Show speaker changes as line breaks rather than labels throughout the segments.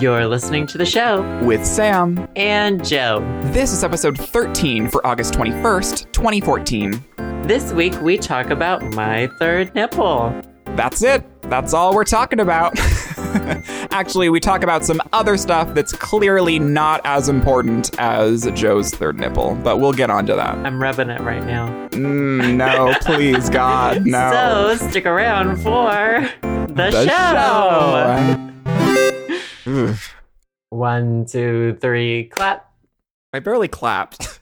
You're listening to the show
with Sam.
and Joe.
This is episode 13 for August 21st, 2014.
This week we talk about my third nipple.
That's it. That's all we're talking about. Actually, we talk about some other stuff that's clearly not as important as Joe's third nipple, but we'll get onto that.
I'm rubbing it right now.
Mm, no, please, God, no.
So stick around for the, show.
show. Oof.
One, two, three, clap.
I barely clapped.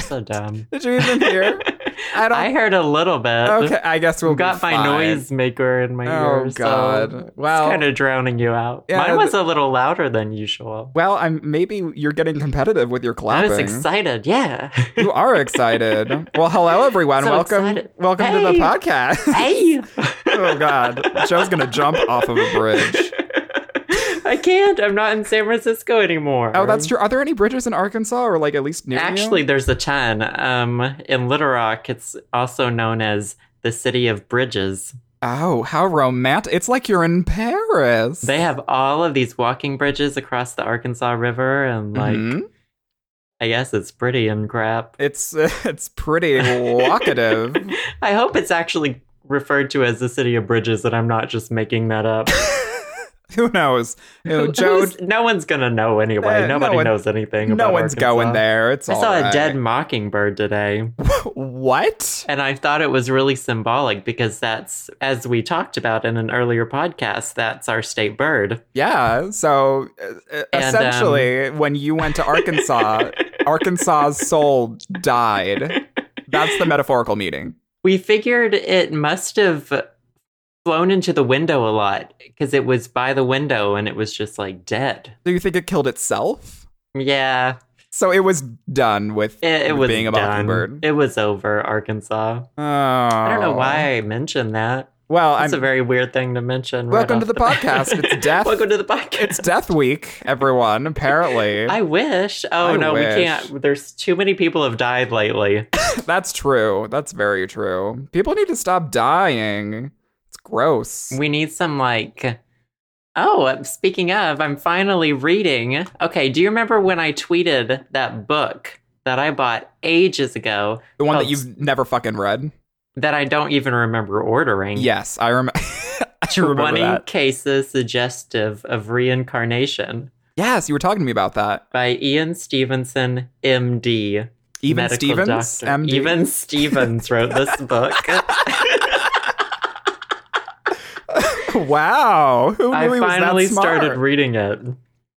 So dumb.
Did you even hear? I don't.
I heard a little bit.
okay, I guess we'll be
Got my
fine.
noisemaker in my
Oh
ear. so
God!
It's
well,
kind of drowning you out.
Yeah,
Mine was a little louder than usual.
well, I'm maybe you're getting competitive with your
I
clapping.
was excited, yeah.
You are excited. well, hello everyone.
So
welcome,
excited.
welcome to the
Hey.
podcast.
hey!
oh God, Joe's gonna jump off of a bridge.
I can't. I'm not in San Francisco anymore.
Oh, that's true. Are there any bridges in Arkansas, or like at least near? you?
Actually, there's a ton. Um, in Little Rock, it's also known as the city of bridges.
Oh, how romantic! It's like you're in Paris.
They have all of these walking bridges across the Arkansas River, and like,
Mhm.
I guess it's pretty and crap.
it's it's pretty walkative.
I hope it's actually referred to as the city of bridges, and I'm not just making that up.
Who knows? You know,
Who-
Oh, Joe,
who's- no one's gonna know anyway.
Eh, no
Nobody
one-
knows anything.
no
about
one's
Arkansas.
going there. It's
I
all
saw a
right.
dead mockingbird today,
what?
and I thought it was really symbolic because that's, as we talked about in an earlier podcast, that's our state bird.
Yeah. So uh,
And, um,
essentially, when you went to Arkansas, Arkansas's soul died. That's the metaphorical meaning.
We figured it must have flown into the window a lot because it was by the window and it was just like dead.
Do you think it killed itself?
Yeah,
So it was done with
it, it was
being a
done.
mockingbird.
It was over, Arkansas.
oh.
I don't know why I mentioned that.
Well,
That's a
I'm,
very weird thing to mention. right
welcome to
off
the podcast. It's death.
Welcome to the podcast.
it's Death Week, everyone. Apparently,
I wish. Oh
I
no,
wish.
we can't. There's too many people have died lately.
that's true. That's very true. People need to stop dying. It's gross.
We need some like. Oh, uh, speaking of, I'm finally reading. Okay, do you remember when I tweeted that book that I bought ages ago
the one
Oh,
that you've never fucking read.
that I don't even remember ordering?
Yes, I, rem- I remember that.
cases suggestive of reincarnation
Yes, you were talking to me about that.
by Ian Stevenson, MD.
Even
medical
Stevens,
doctor.
MD.
Even Stevens wrote this book.
wow, who knew
I
he was
finally
that smart?
started reading it.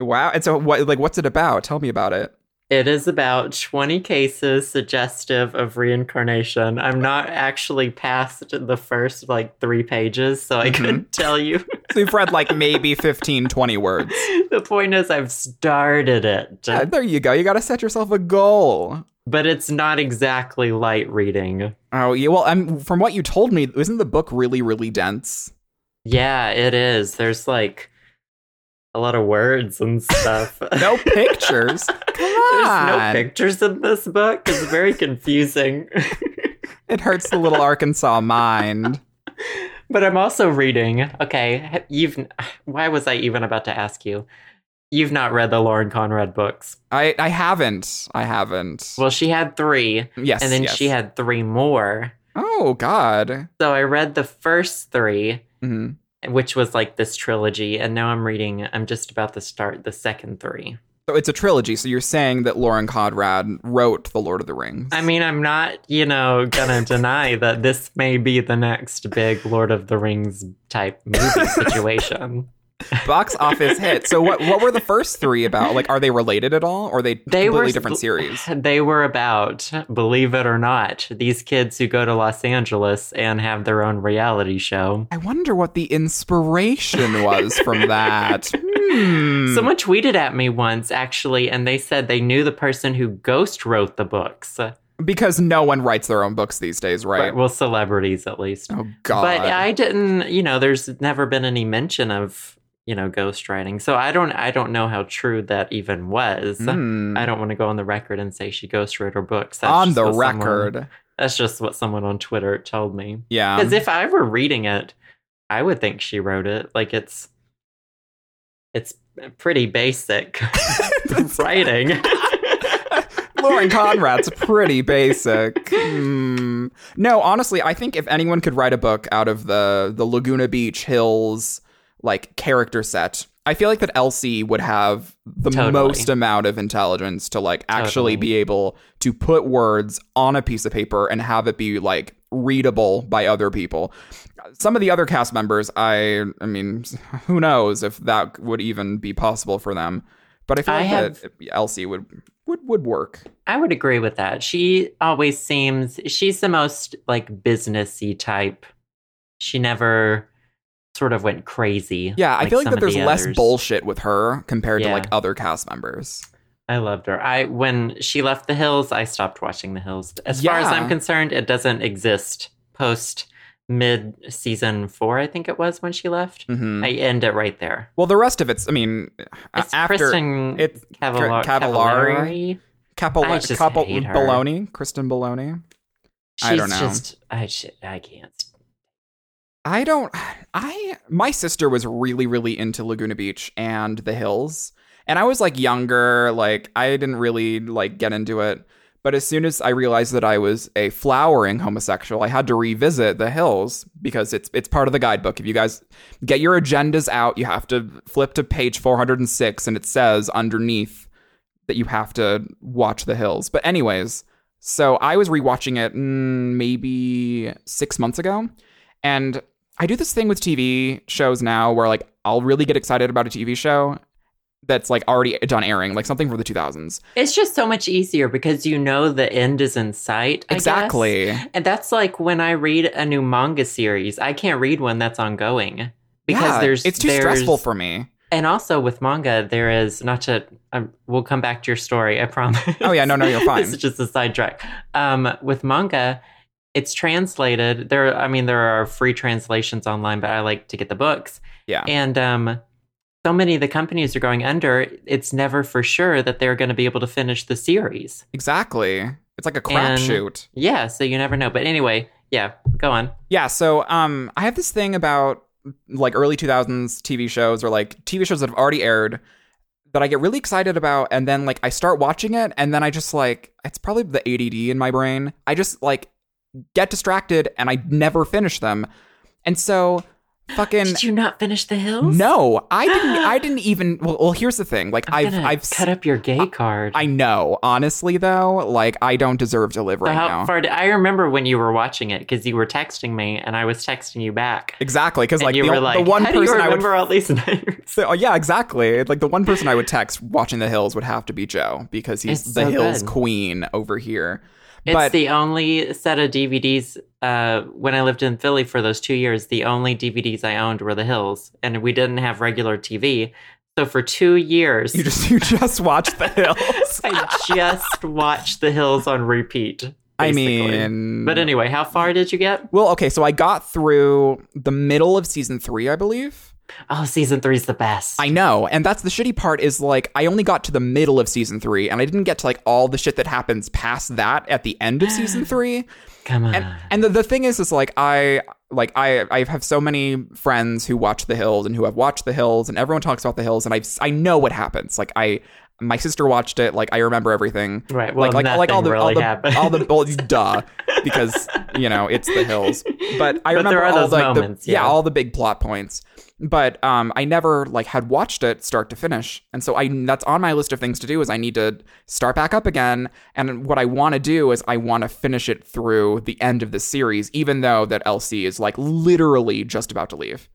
wow, and so what? Like, what's it about? Tell me about it.
It is about 20 cases suggestive of reincarnation. I'm not actually past the first like three pages, so I
Mhm.
couldn't tell you.
So you've read like maybe 15, 20 words.
the point is, I've started it,
Yeah, there you go. You got to set yourself a goal.
but it's not exactly light reading.
Oh yeah. Well, I'm from what you told me. Isn't the book really, really dense?
Yeah, it is. There's like a lot of words and stuff.
No pictures. Come
There's
on.
no pictures in this book. It's very confusing.
It hurts the little Arkansas mind.
But I'm also reading. Okay, you've. Why was I even about to ask you? You've not read the Lauren Conrad books.
I I haven't. I haven't.
Well, she had three,
yes.
and then
yes.
she had three more.
Oh God.
So I read the first three,
hmm
which was like this trilogy, and now I'm reading. I'm just about to start the second three.
So it's a trilogy. So you're saying that Lauren Conrad wrote The Lord of the Rings.
I mean, I'm not, you know, gonna deny that this may be the next big Lord of the Rings type movie situation.
box office hit. So what what were the first three about? Like, are they related at all, or are they,
They
completely
were
different
sl-
series?
They were about, believe it or not, these kids who go to Los Angeles and have their own reality show.
I wonder what the inspiration was from that. Hmm.
Someone tweeted at me once, actually, and they said they knew the person who ghost wrote the books.
because no one writes their own books these days, right?
But- Well, celebrities at least.
oh God.
But I didn't, you know, there's never been any mention of, you know, ghostwriting. So I don't I don't know how true that even was.
Hmm.
I don't want to go on the record and say she ghostwrote her books. That's
on
just
the
what someone-
record,
that's just what someone on Twitter told me.
yeah.
Because if I were reading it, I would think she wrote it. Like it's, it's pretty basic writing.
Lauren Conrad's pretty basic. Hmm. No, honestly, I think if anyone could write a book out of the the Laguna Beach Hills like character set, I feel like that Elsie would have the
Totally.
most amount of intelligence to like actually
Totally.
be able to put words on a piece of paper and have it be like readable by other people. Some of the other cast members, I I mean, who knows if that would even be possible for them. But I feel
I
like
have-
that Elsie would would would work.
I would agree with that. She always seems she's the most like businessy type. She never sort of went crazy.
Yeah, I feel like
some
that
of the
there's less
others.
bullshit with her compared to
Yeah.
like other cast members.
I loved her. I when she left the hills, I stopped watching the hills. As far as
Yeah.
I'm concerned, it doesn't exist post mid season four. I think it was when she left.
hmm
I end it right there.
Well, the rest of it's, I mean, a-
It's
Uh, after
Kristen
it's
Cavallari.
Cavallari.
Cavallari.
Capel,
I just
Capel
hate her.
Baloney, Kristen Baloney.
She's
I don't know.
just I sh- I can't.
I don't. I my sister was really really into Laguna Beach and the hills, and I was like younger. Like I didn't really like get into it. But as soon as I realized that I was a flowering homosexual, I had to revisit the hills because it's it's part of the guidebook. If you guys get your agendas out, you have to flip to page 406 and it says underneath that you have to watch the hills. But anyways, so I was rewatching it mm, maybe 6 months ago and I do this thing with TV shows now where like I'll really get excited about a TV show that's like already done airing, like something from the 2000s.
It's just so much easier because you know the end is in sight. I guess.
exactly.
And that's like when I read a new manga series, I can't read one that's ongoing because
Yeah,
there's
it's too
there's-
stressful for me.
And also with manga, there is not to. Um, we'll come back to your story. I promise.
Oh, yeah, no, no, you're fine.
this is just a sidetrack. Um, with manga, it's translated. There, I mean, there are free translations online, but I like to get the books.
Yeah.
And um, so many of the companies are going under. It's never for sure that they're going to be able to finish the series.
Exactly. It's like a
And-
crapshoot.
Yeah, so you never know. But anyway, yeah, go on.
Yeah, so um I have this thing about like early 2000s TV shows or like TV shows that have already aired that I get really excited about and then like I start watching it and then I just like it's probably the ADD in my brain. I just like get distracted and I never finish them. And so fucking
Did you not finish The Hills?
no, I didn't I didn't even well, well here's the thing. Like
i
I've I've s-
cut up your gay card.
I know, honestly though, like I don't deserve to live
So
right
how
now.
far did- I remember when you were watching it because you were texting me and I was texting you back.
Exactly, because
And
like
you
the,
were
the
like,
one
how do you
person I would
remember all these names?
So oh, yeah, exactly. Like the one person I would text watching The Hills would have to be Joe because he's
It's
the
so
Hills
good.
queen over here.
It's
but
the only set of DVDs. Uh, when I lived in Philly for those two years, the only DVDs I owned were The Hills, and we didn't have regular TV. So for two years,
you just you just watch The Hills.
I just watched The Hills on repeat.
I
basically.
mean,
but anyway, how far did you get?
well, okay. So I got through the middle of season three, I believe.
Oh, season three's the best.
I know, and that's the shitty part is like I only got to the middle of season three, and I didn't get to like all the shit that happens past that at the end of season three.
Come on.
and, and the, the thing is is like i like i i have so many friends who watch the hills and who have watched the hills and everyone talks about the hills and i i know what happens like i my sister watched it like i remember everything
Right, well,
like like like all the
nothing
all
really
the
happened.
all the well, duh because you know it's the hills but
But
i remember
there are
all
those
like
moments,
the yeah.
yeah.
all the big plot points but um i never like had watched it start to finish and so i that's on my list of things to do is i need to start back up again and what i want to do is i want to finish it through the end of the series even though that lc is like literally just about to leave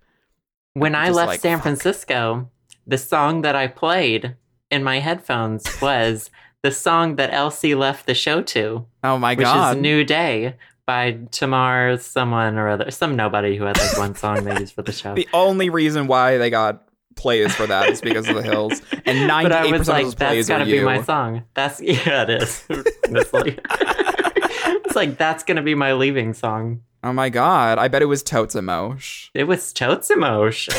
When I
Just
left
like,
San
fuck.
Francisco, the song that I played in my headphones was the song that Elsie left the show to,
oh my
which
god
is New Day by Tamar someone or other, some nobody who had like one song they used for the show.
the only reason why they got plays for that is because of the hills and 98%
But I was
of those
like,
plays
that's
are
gotta be
you.
my song. That's yeah, it is. it's like, it's like that's gonna be my leaving song.
oh my god i bet it was totes emosh
It was Totsimosh.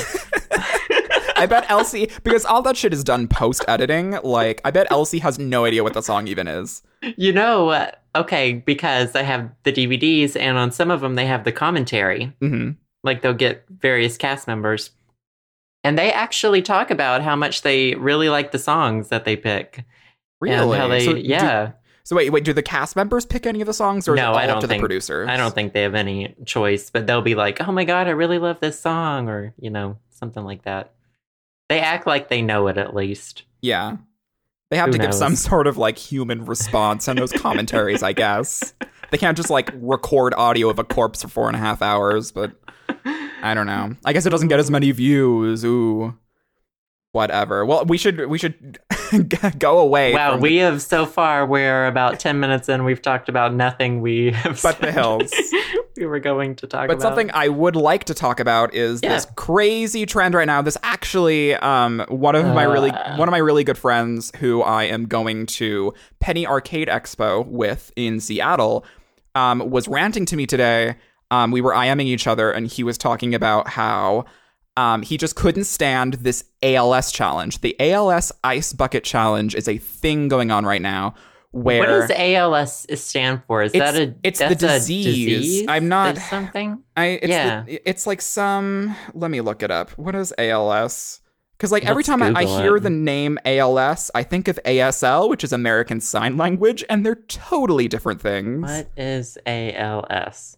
I bet Elsie because all that shit is done post editing. Like, I bet Elsie has no idea what the song even is.
You know, uh, okay, because I have the DVDs, and on some of them they have the commentary.
Mm-hmm.
Like they'll get various cast members, And they actually talk about how much they really like the songs that they pick. And
Really?
how they,
So do-
yeah.
So wait, wait. Do the cast members pick any of the songs, or is it
No,
all
I
up
don't
to the
think-
producers?
I don't think they have any choice, but they'll be like, oh my God, I really love this song, or, you know, something like that. They act like they know it at least.
Yeah. They have
Who
to give some
knows?
sort of like human response on those commentaries, I guess. They can't just like record audio of a corpse for four and a half hours, but I don't know. I guess it doesn't get as many views. Ooh. Whatever. Well, we should we should go away.
Wow,
from
we have so far, we're about 10 minutes in, we've talked about nothing we have
But the
said
hills.
we were going to talk
But
about.
something I would like to talk about is
Yeah.
this crazy trend right now. This actually, um, one of my really
Uh.
one of my really good friends who I am going to Penny Arcade Expo with in Seattle, um, was ranting to me today. Um, we were IMing each other, and he was talking about how um, he just couldn't stand this ALS challenge. The ALS Ice Bucket Challenge is a thing going on right now. Where
What does ALS stand for? Is
It's-
that a
it's the
that's a
disease.
disease?
I'm not-
That's something.
I it's
Yeah.
the, it's like some let me look it up. What is ALS? Cuz like every
Let's
time I, I
Google
hear
it.
the name ALS, I think of ASL, which is American Sign Language, and they're totally different things.
What is ALS?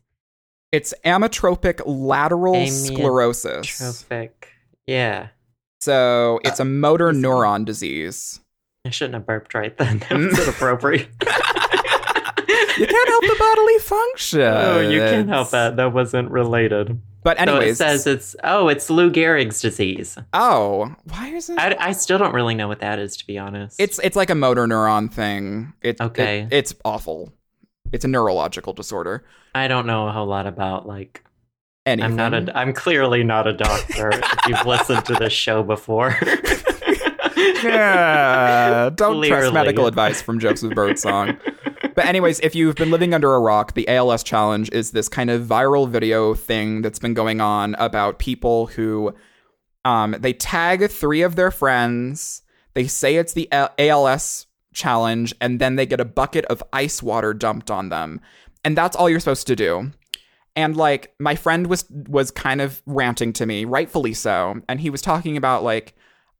It's amyotrophic lateral
Amyotrophic.
sclerosis.
Trophic. Yeah,
So, it's a motor
is-
neuron disease.
I shouldn't have burped right then. That was inappropriate.
You can't help the bodily function.
Oh, you can't help that. That wasn't related.
But anyways,
so it says it's oh, it's Lou Gehrig's disease.
oh, why is it?
I, I still don't really know what that is, to be honest.
It's it's like a motor neuron thing. It, it-
Okay.
it's awful. It's a neurological disorder.
I don't know a whole lot about like
Anything.
I'm not a. I'm clearly not a doctor. if you've listened to this show before.
yeah, don't
Clearly.
trust medical advice from Joseph Birdsong. but anyways, if you've been living under a rock, the ALS challenge is this kind of viral video thing that's been going on about people who um they tag 3 of their friends, they say it's the A- ALS challenge and then they get a bucket of ice water dumped on them. And that's all you're supposed to do. and like my friend was was kind of ranting to me rightfully so and he was talking about like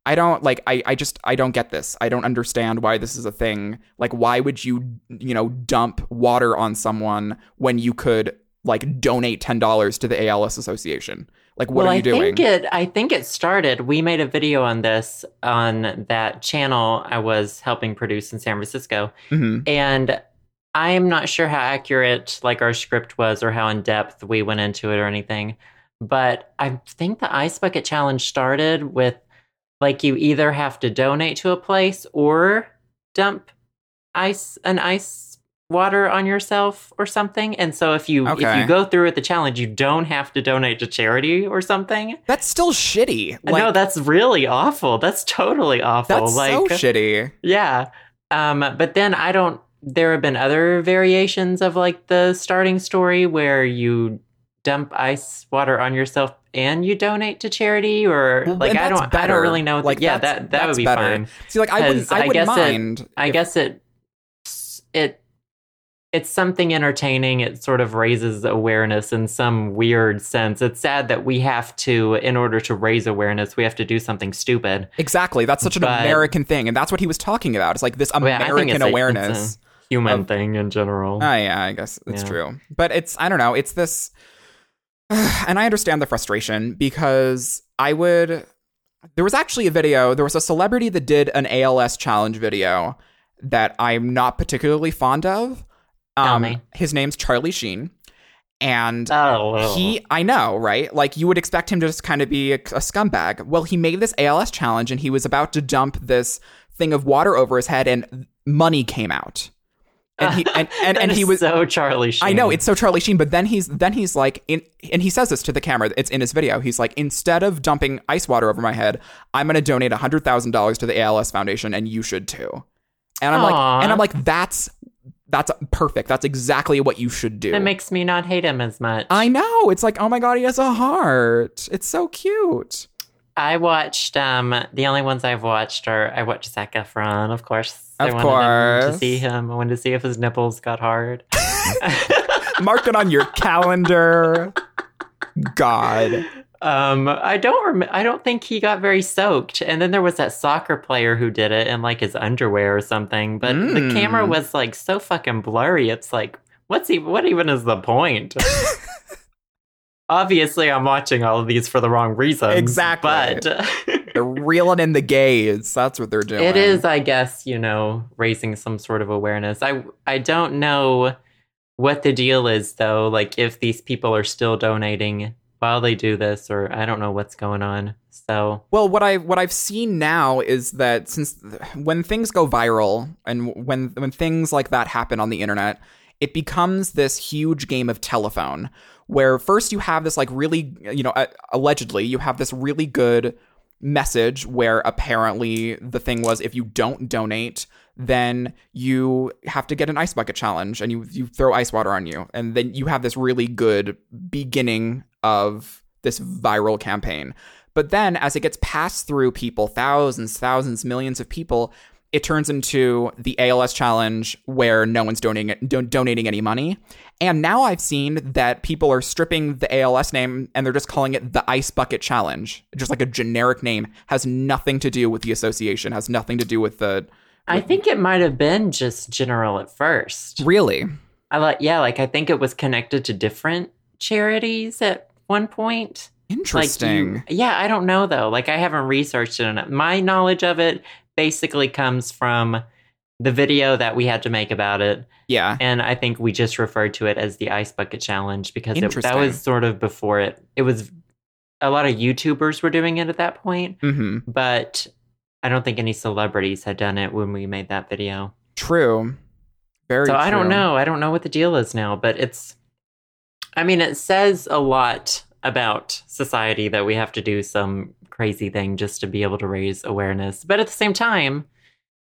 i don't like i i just i don't get this i don't understand why this is a thing like why would you you know dump water on someone when you could like donate $10 to the als association like what
well,
are you
I
doing
think it. I think it started. We made a video on this on that channel I was helping produce in San Francisco,
Mhm.
and I'm not sure how accurate like our script was or how in depth we went into it or anything. But I think the ice bucket challenge started with like you either have to donate to a place or dump ice an ice water on yourself or something. And so if you if
Okay.
you go through with the challenge, you don't have to donate to charity or something.
that's still shitty like
no, that's really awful. That's totally awful.
that's
like
so shitty
yeah. Um, but then I don't. There have been other variations of like the starting story where you dump ice water on yourself and you donate to charity, or
Well,
like
and
I
that's
don't. I don't
better.
really know.
Like,
yeah,
that's-
that that
that's
would be
better.
fine.
see like i wouldn't
'Cause
i,
I
wouldn't
guess it-
mind
I
if-
guess it it it's something entertaining. It sort of raises awareness in some weird sense. It's sad that we have to, in order to raise awareness, we have to do something stupid.
exactly that's such an
But-
american thing and that's what he was talking about it's like this
Well, yeah, I think
american
it's a- it's a-
awareness
Human
Of-
thing in general.
Oh yeah, I guess it's
Yeah.
true. But it's I don't know, it's this and I understand the frustration because I would there was actually a video, there was a celebrity that did an ALS challenge video that I'm not particularly fond of. Um,
Tell me.
his name's Charlie Sheen and
oh, well.
he, I know, right? Like you would expect him to just kind of be a, a scumbag. Well, he made this ALS challenge and he was about to dump this thing of water over his head and money came out. And he and, and,
That
and he
is
was
so Charlie Sheen.
I know it's so Charlie Sheen, but then he's then he's like in and he says this to the camera. It's in his video. He's like, instead of dumping ice water over my head, I'm gonna donate hundred thousand dollars to the ALS Foundation, and you should too. And I'm
Aw.
like, and I'm like, that's that's perfect. That's exactly what you should do.
It makes me not hate him as much.
I know. It's like, oh my god, he has a heart. It's so cute.
I watched um the only ones I've watched are I watched Zac Efron, of course. I
Of
wanted him
course.
to see him. I wanted to see if his nipples got hard.
Mark it on your calendar. God.
Um, I don't rem- I don't think he got very soaked. And then there was that soccer player who did it in like his underwear or something. But
Mm.
the camera was like so fucking blurry. It's like, what's even what even is the point? Obviously, I'm watching all of these for the wrong reasons.
Exactly.
But
They're reeling in the gays. That's what they're doing.
It is, I guess, you know, raising some sort of awareness. I I don't know what the deal is though, like if these people are still donating while they do this or I don't know what's going on. So,
Well, what I what I've seen now is that since th- when things go viral and when when things like that happen on the internet, it becomes this huge game of telephone where first you have this like really you know uh, allegedly you have this really good message where apparently the thing was if you don't donate then you have to get an ice bucket challenge and you you throw ice water on you and then you have this really good beginning of this viral campaign but then as it gets passed through people, thousands, thousands, millions of people, it turns into the ALS challenge where no one's donating don- donating any money. And now I've seen that people are stripping the ALS name and they're just calling it the Ice Bucket Challenge, just like a generic name, has nothing to do with the association, has nothing to do with the
I think it might have been just general at first.
really.
I like yeah, like I think it was connected to different charities at one point. Like you-
Interesting.
yeah, I don't know though. Like I haven't researched it enough. My knowledge of it basically comes from the video that we had to make about it.
yeah.
And I think we just referred to it as the ice bucket challenge because it, that
Interesting.
was sort of before it. It was a lot of YouTubers were doing it at that point,
Mm-hmm.
but I don't think any celebrities had done it when we made that video.
True. Very
so I don't
true.
know. I don't know what the deal is now, but it's, I mean, it says a lot about society that we have to do some crazy thing just to be able to raise awareness. But at the same time,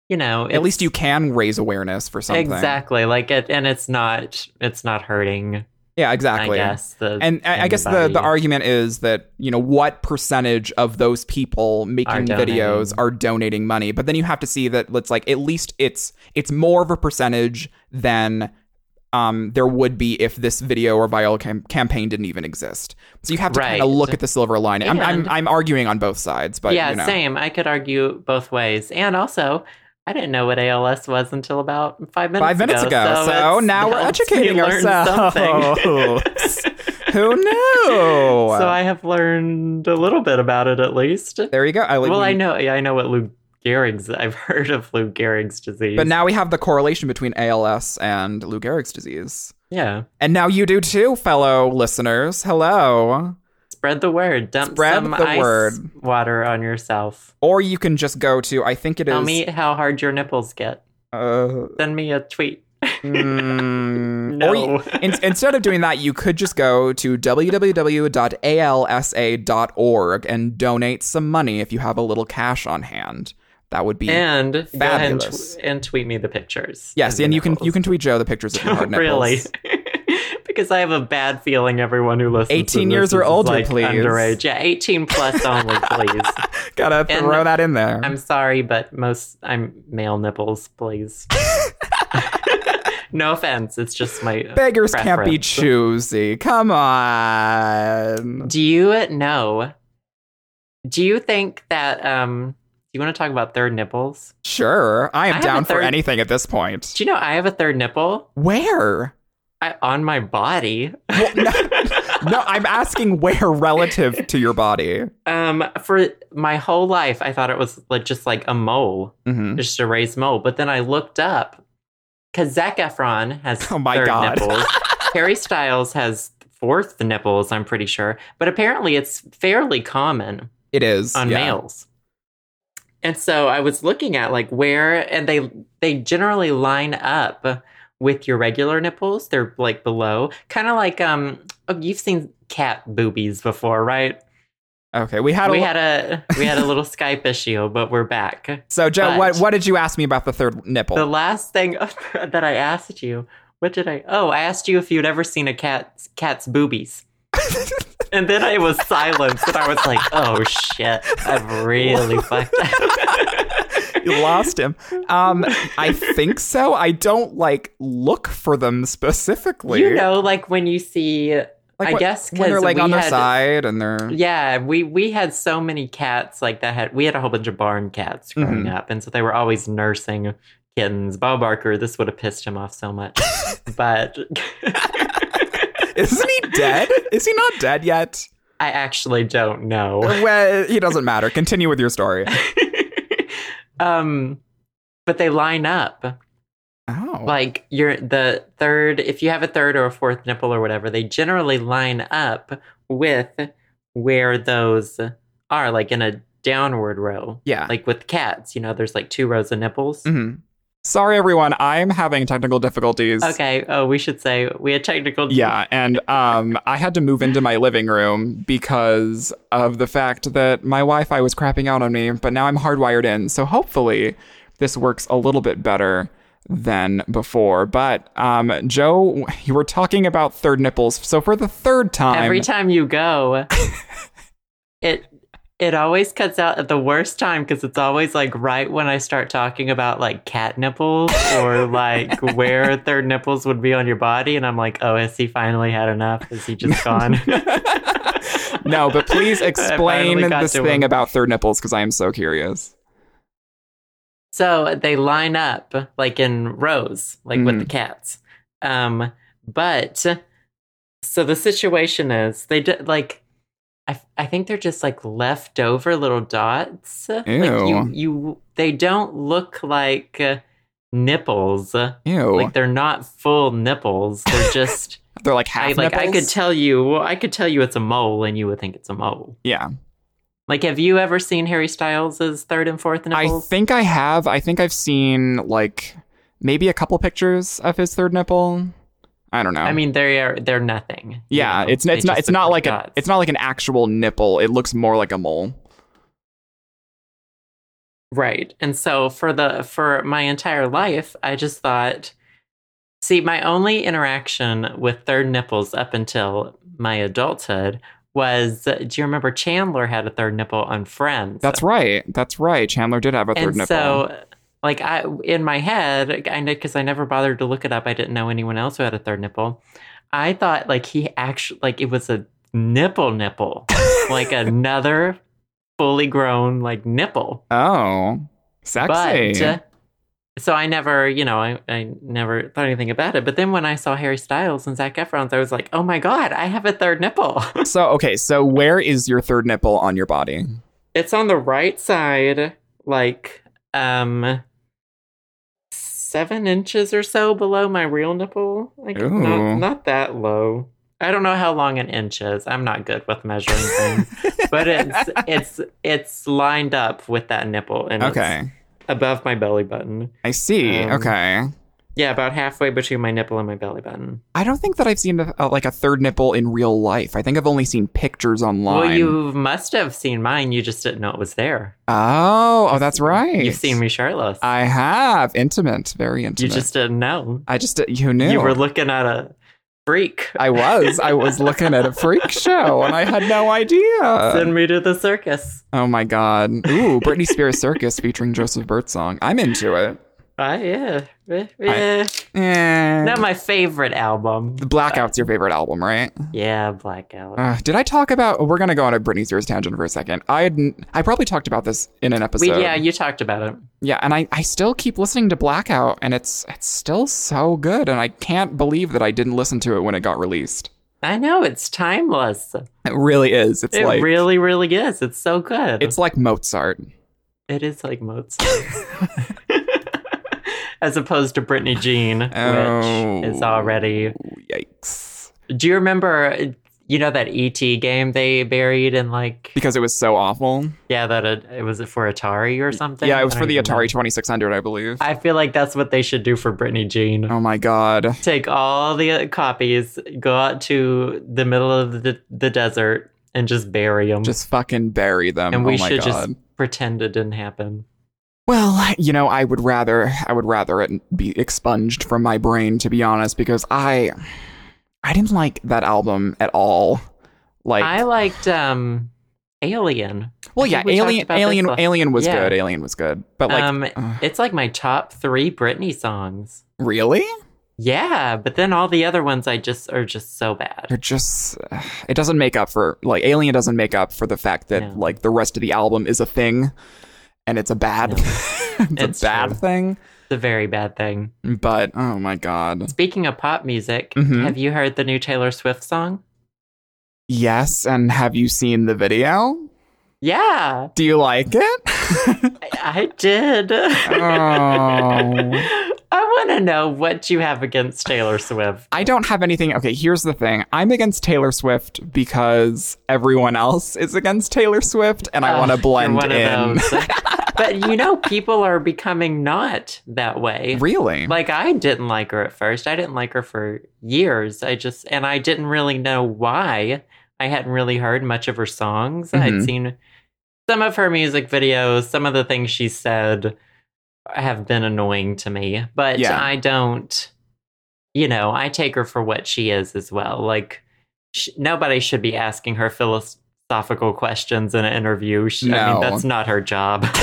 you know,
At least
it's-
you can raise awareness for something.
Exactly. Like it, and it's not it's not hurting.
Yeah, exactly.
I guess. The,
and I, I guess the,
anybody.
the argument is that you know what percentage of those people making
donating.
videos are donating money but then you have to see that let's like at least it's it's more of a percentage than um, there would be if this video or viral cam- campaign didn't even exist so you have to kind of
Right.
look at the silver lining I'm, I'm,
And-
I'm arguing on both sides but
yeah,
you know.
same. I could argue both ways. And also, I didn't know what ALS was until about five minutes.
Five minutes
ago.
ago, so,
it's
now we're
helped me
educating
learn
ourselves.
something.
Who knew?
so I have learned a little bit about it at least.
there you go. I,
well,
we-
I know. Yeah, I know what Lou Gehrig's. I've heard of Lou Gehrig's disease.
But now we have the correlation between ALS and Lou Gehrig's disease.
yeah,
And now you do too, fellow listeners. Hello.
spread the word. Dump
Spread
some
the
ice
word.
water on yourself.
Or you can just go to, I think it is.
Tell me how hard your nipples get.
uh,
Send me a tweet.
mm,
No.
or you- in- instead of doing that, you could just go to www.alsa.org and donate some money if you have a little cash on hand. That would be.
and go ahead and,
Fabulous.
tw- and tweet me the pictures.
yes,
of your
and you can
nipples.
you can tweet Joe the pictures of your hard nipples.
really. because I have a bad feeling everyone who listens
18
to this
years or
is,
older,
like,
please.
Underage. Yeah, 18 plus only, please.
Gotta
And-
throw that in there.
I'm sorry, but most I'm male nipples, please. no offense. It's just my
Beggars can't be
preference.
choosy. Come on.
Do you know? Do you think that um do you want to talk about third nipples?
Sure, I am
I have a
down for
third-
anything at this point.
Do you know I have a third nipple?
Where?
I, on my body.
Well, no, no, I'm asking where relative to your body.
um, for my whole life, I thought it was like just like a mole,
Mhm.
just a raised mole. But then I looked up because Zac Efron has
Oh my
third
God.
nipples. Harry Styles has fourth nipples, I'm pretty sure. But apparently, it's fairly common
It is
on
yeah.
males. And so I was looking at like where, and they they generally line up with your regular nipples. They're like below, kind of like um. Oh, you've seen cat boobies before, right?
Okay, we had. A,
We
li-
had a we had a little Skype issue, but we're back.
so Joe,
but-
what what did you ask me about the third nipple?
The last thing that I asked you, what did I? Oh, I asked you if you'd ever seen a cat's cat's boobies. And then I was silenced, and I was like, "Oh shit, I've really fucked up."
you lost him. Um, I think so. I don't like look for them specifically.
You know, like when you see
Like
I
what-
guess
when they're
because
like
we
on their
had-
side and they're
Yeah, we we had so many cats like that. Had we had a whole bunch of barn cats growing
Mm-hmm.
up, and so they were always nursing kittens. Bob Barker, this would have pissed him off so much, but
Isn't he dead? Is he not dead yet?
I actually don't know.
Well, he doesn't matter. Continue with your story.
um, but they line up
Oh.
like you're the third. If you have a third or a fourth nipple or whatever, they generally line up with where those are, like in a downward row.
yeah.
Like with cats, you know, there's like two rows of nipples.
Mhm. Sorry, everyone. I'm having technical difficulties.
Okay. Oh, we should say we had technical.
Mm-hmm. Yeah, and um, I had to move into my living room because of the fact that my Wi-Fi was crapping out on me. But now I'm hardwired in, so hopefully this works a little bit better than before. But um, Joe, you were talking about third nipples, so for the third time,
Every time you go, it it always cuts out at the worst time because it's always like right when I start talking about like cat nipples or like where third nipples would be on your body, and I'm like, oh, has he finally had enough? Is he just gone?
no, but please
I
explain
finally got
this
to him.
thing about third nipples because I am so curious.
So they line up like in rows, like with
Mhm.
the cats. Um, but so the situation is they d- like I, I think they're just like leftover little dots. Like you,
Ew.
you they don't look like uh, nipples.
Ew,
Like they're not full nipples. They're just
they're like half
I, like I
nipples?
could tell you I could tell you it's a mole and you would think it's a mole.
yeah,
Like have you ever seen Harry Styles' third and fourth
I
nipples?
think I have. I think I've seen like maybe a couple pictures of his third nipple. I don't know.
I mean, they are they're nothing. you
Oh. yeah,
know?
it's
They
it's not
just
it's
look
not like a
dots.
it's not like an actual nipple. It looks more like a mole.
right. And so for the for my entire life, I just thought, see, my only interaction with third nipples up until my adulthood was, do you remember Chandler had a third nipple on Friends?
That's right. That's right. Chandler did have a third
and
nipple.
so. Like I in my head, I know because I never bothered to look it up. I didn't know anyone else who had a third nipple. I thought like he actually like it was a nipple nipple, like another fully grown like nipple.
oh, sexy.
But uh, so I never, you know, I, I never thought anything about it. But then when I saw Harry Styles and Zach Efron's, I was like, oh my God, I have a third nipple.
so okay, so where is your third nipple on your body?
it's on the right side, like um seven inches or so below my real nipple. Like
Ooh.
not, not that low. I don't know how long an inch is. I'm not good with measuring things. but it's it's it's lined up with that nipple and it's
Okay,
above my belly button.
I see.
Um,
okay,
Yeah, about halfway between my nipple and my belly button.
I don't think that I've seen a, like a third nipple in real life. I think I've only seen pictures online.
Well, you must have seen mine. You just didn't know it was there.
Oh, oh, that's right.
You've seen me shirtless.
I have intimate, very
you
intimate.
just didn't know.
I just who knew?
You were looking at a freak.
I was. I was looking at a freak show, and I had no idea.
Send me to the circus.
Oh my god! Ooh, Britney Spears Circus featuring Joseph Birdsong. I'm into it.
I yeah. Eh, eh.
Eh.
Not my favorite album.
the Blackout's your favorite album, right?
Yeah, Blackout.
Uh, did I talk about? We're gonna go on a Britney Spears tangent for a second. I had, I probably talked about this in an episode.
we, yeah, you talked about it.
Yeah, and I, I still keep listening to Blackout, and it's it's still so good, and I can't believe that I didn't listen to it when it got released.
I know it's timeless.
It really is. It's
it
like
really, really is. It's so good.
it's like Mozart.
it is like Mozart, as opposed to Britney Jean,
Oh.
which is already
Yikes.
Do you remember, uh, you know, that ET game they buried in like,
Because it was so awful.
yeah, that uh, it was it for Atari or something?
yeah, it was
I
for
don't
the
even know.
Atari 2600, I believe.
I feel like that's what they should do for Britney Jean.
oh my god.
Take all the uh, copies, go out to the middle of the, the desert, and just bury them.
Just fucking bury them.
and we
oh my
should
god.
just pretend it didn't happen.
Well, you know, I would rather I would rather it be expunged from my brain to be honest because I I didn't like that album at all. Like
I liked um, Alien.
Well,
I
yeah,
think we talked
Alien
about this
Alien
last-
Alien was
Yeah.
good. Alien was good. But like uh,
um,
ugh,
it's like my top three Britney songs.
really?
Yeah, but then all the other ones I just are just so bad.
They're just it doesn't make up for like Alien doesn't make up for the fact that
No.
like the rest of the album is a thing and it's a bad
No.
it's,
It's
a bad
true.
thing.
It's a very bad thing.
But oh my god.
Speaking of pop music,
Mhm.
have you heard the new Taylor Swift song?
Yes, and have you seen the video?
Yeah,
Do you like it?
I, I did.
oh.
I want to know what you have against Taylor Swift.
I don't have anything. Okay, here's the thing. I'm against Taylor Swift because everyone else is against Taylor Swift and I
Ugh,
want to
Uh, you're
blend
one of
in.
those. but you know, people are becoming not that way.
really?
Like I didn't like her at first. I didn't like her for years. I just and I didn't really know why. I hadn't really heard much of her songs. I'd
Mhm.
seen some of her music videos, some of the things she said have been annoying to me, but
Yeah.
I don't you know, I take her for what she is as well. Like sh- nobody should be asking her philosophical questions in an interview. She, I mean,
No.
that's not her job.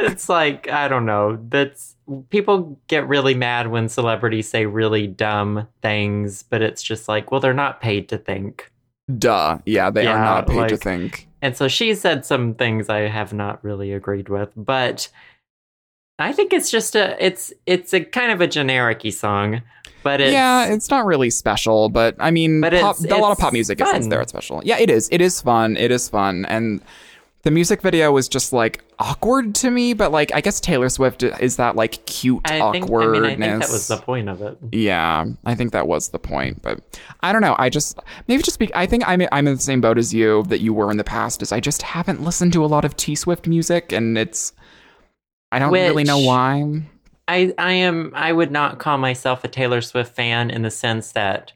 it's like I don't know. That's people get really mad when celebrities say really dumb things, but it's just like, well, they're not paid to think.
Duh. Yeah, they are
Yeah,
not paid to
like-
think.
And so she said some things I have not really agreed with, but I think it's just a it's it's a kind of a generic song, but it's
yeah, it's not really special, but I mean,
But
pop,
it's-
a lot of
it's
pop music is
fun.
is there. It's special. Yeah, it is. It is fun. It is fun. And the music video was just like awkward to me, but like I guess Taylor Swift is that like cute
I think I
awkwardness.
mean I think that was the point of it.
Yeah, I think that was the point, but I don't know. I just maybe just be. I think I'm I'm in the same boat as you that you were in the past. Is I just haven't listened to a lot of T Swift music, and it's I don't really know
Which-
why.
I I am I would not call myself a Taylor Swift fan in the sense that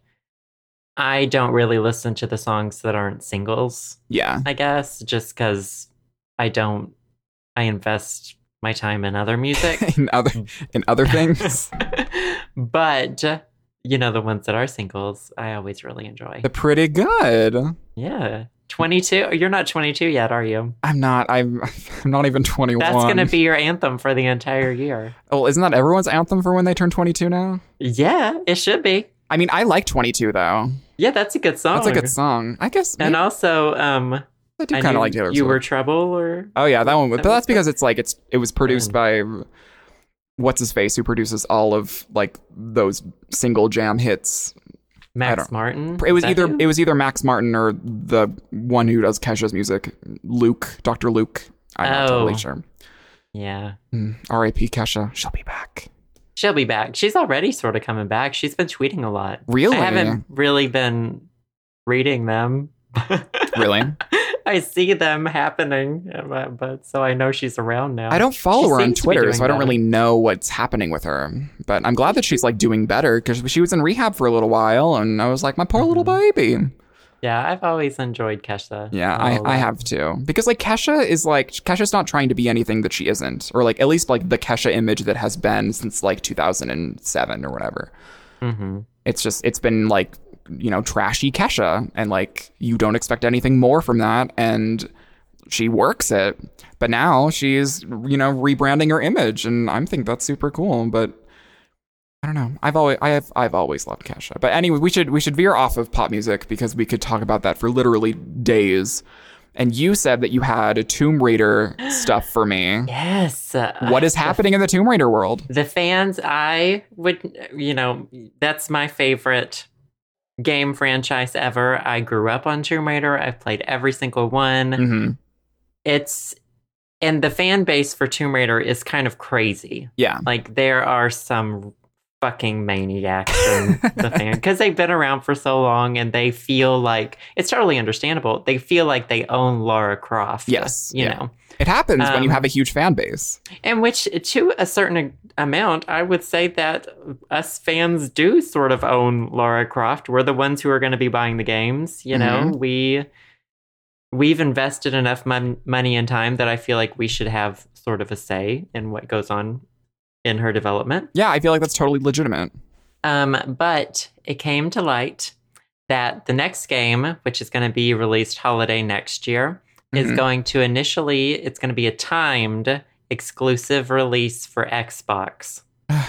I don't really listen to the songs that aren't singles,
Yeah,
I guess, just cuz I don't I invest my time in other music.
in other in other things,
but you know the ones that are singles, I always really enjoy.
they're pretty good.
Yeah. 22 you're not 22 yet are you
I'm not. I'm I'm not even 21.
that's going to be your anthem for the entire year
Well, Oh, isn't that everyone's anthem for when they turn 22 now?
yeah it should be
I mean, I like 22 though.
yeah that's a good song
That's a good song. I guess.
Oh, and
maybe
also um
I do
I
kind
knew
of like Taylor
You
Swift.
were trouble, or
Oh yeah, that one. was-
That
But
was
that's because it's like it's it was produced
Mm.
by what's his face who produces all of like those single jam hits.
Max
don't-
Martin.
It was
Is that
either
who?
it was either Max Martin or the one who does Kesha's music, Luke, Dr. Luke. I'm not
Oh.
totally sure.
yeah.
Mm, R.I.P. Kesha. She'll be back.
She'll be back. She's already sort of coming back. She's been tweeting a lot.
Really?
I haven't really been reading them.
Really?
I see them happening, but but- so I know she's around now.
I don't follow
She
her on
seems to be
Twitter,
doing
so I don't
better.
really know what's happening with her. But I'm glad that she's like doing better because she was in rehab for a little while, and I was like, my poor little
Mm-hmm.
baby.
Yeah, I've always enjoyed Kesha.
Yeah, I,
Oh,
I have too. Because like Kesha is like Kesha's not trying to be anything that she isn't, or like at least like the Kesha image that has been since like 2007 or whatever.
mhm.
It's just it's been like you know trashy Kesha, and like you don't expect anything more from that, and she works it. But now she's you know rebranding her image, and I think that's super cool. But I don't know. I've always I have I've always loved Kesha. But anyway, we should we should veer off of pop music because we could talk about that for literally days. And you said that you had Tomb Raider stuff for me.
Yes. Uh,
What is happening in the Tomb Raider world?
the fans i would you know that's my favorite game franchise ever i grew up on tomb raider i've played every single one
Mm-hmm.
it's and the fan base for tomb raider is kind of crazy
Yeah.
like there are some fucking maniacs in the fan because they've been around for so long and they feel like it's totally understandable they feel like they own laura croft
Yes,
you
yeah.
know
It happens when you
Um,
have a huge fan base.
and which, to a certain amount, I would say that us fans do sort of own Laura Croft. We're the ones who are going to be buying the games. You know, we we've invested enough mon- money and time that I feel like we should have sort of a say in what goes on in her development.
Yeah, I feel like that's totally legitimate.
Um, but it came to light that the next game, which is going to be released holiday next year, is
Mhm.
going to initially it's going to be a timed exclusive release for Xbox.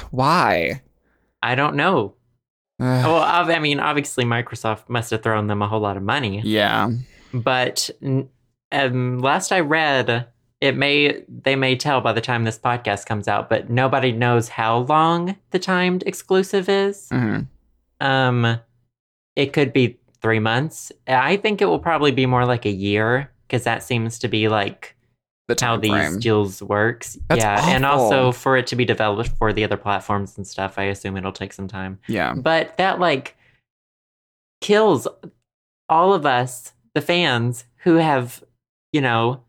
Why?
I don't know. well, ob- I mean, obviously Microsoft must have thrown them a whole lot of money,
yeah.
but n- um, last I read, it may they may tell by the time this podcast comes out, but nobody knows how long the timed exclusive is.
hmm
Um, it could be three months. I think it will probably be more like a year because that seems to be like
The time
how these
frame.
deals works.
That's
yeah, and
awful.
also for it to be developed for the other platforms and stuff, I assume it'll take some time.
yeah.
But that like kills all of us, the fans who have, you know,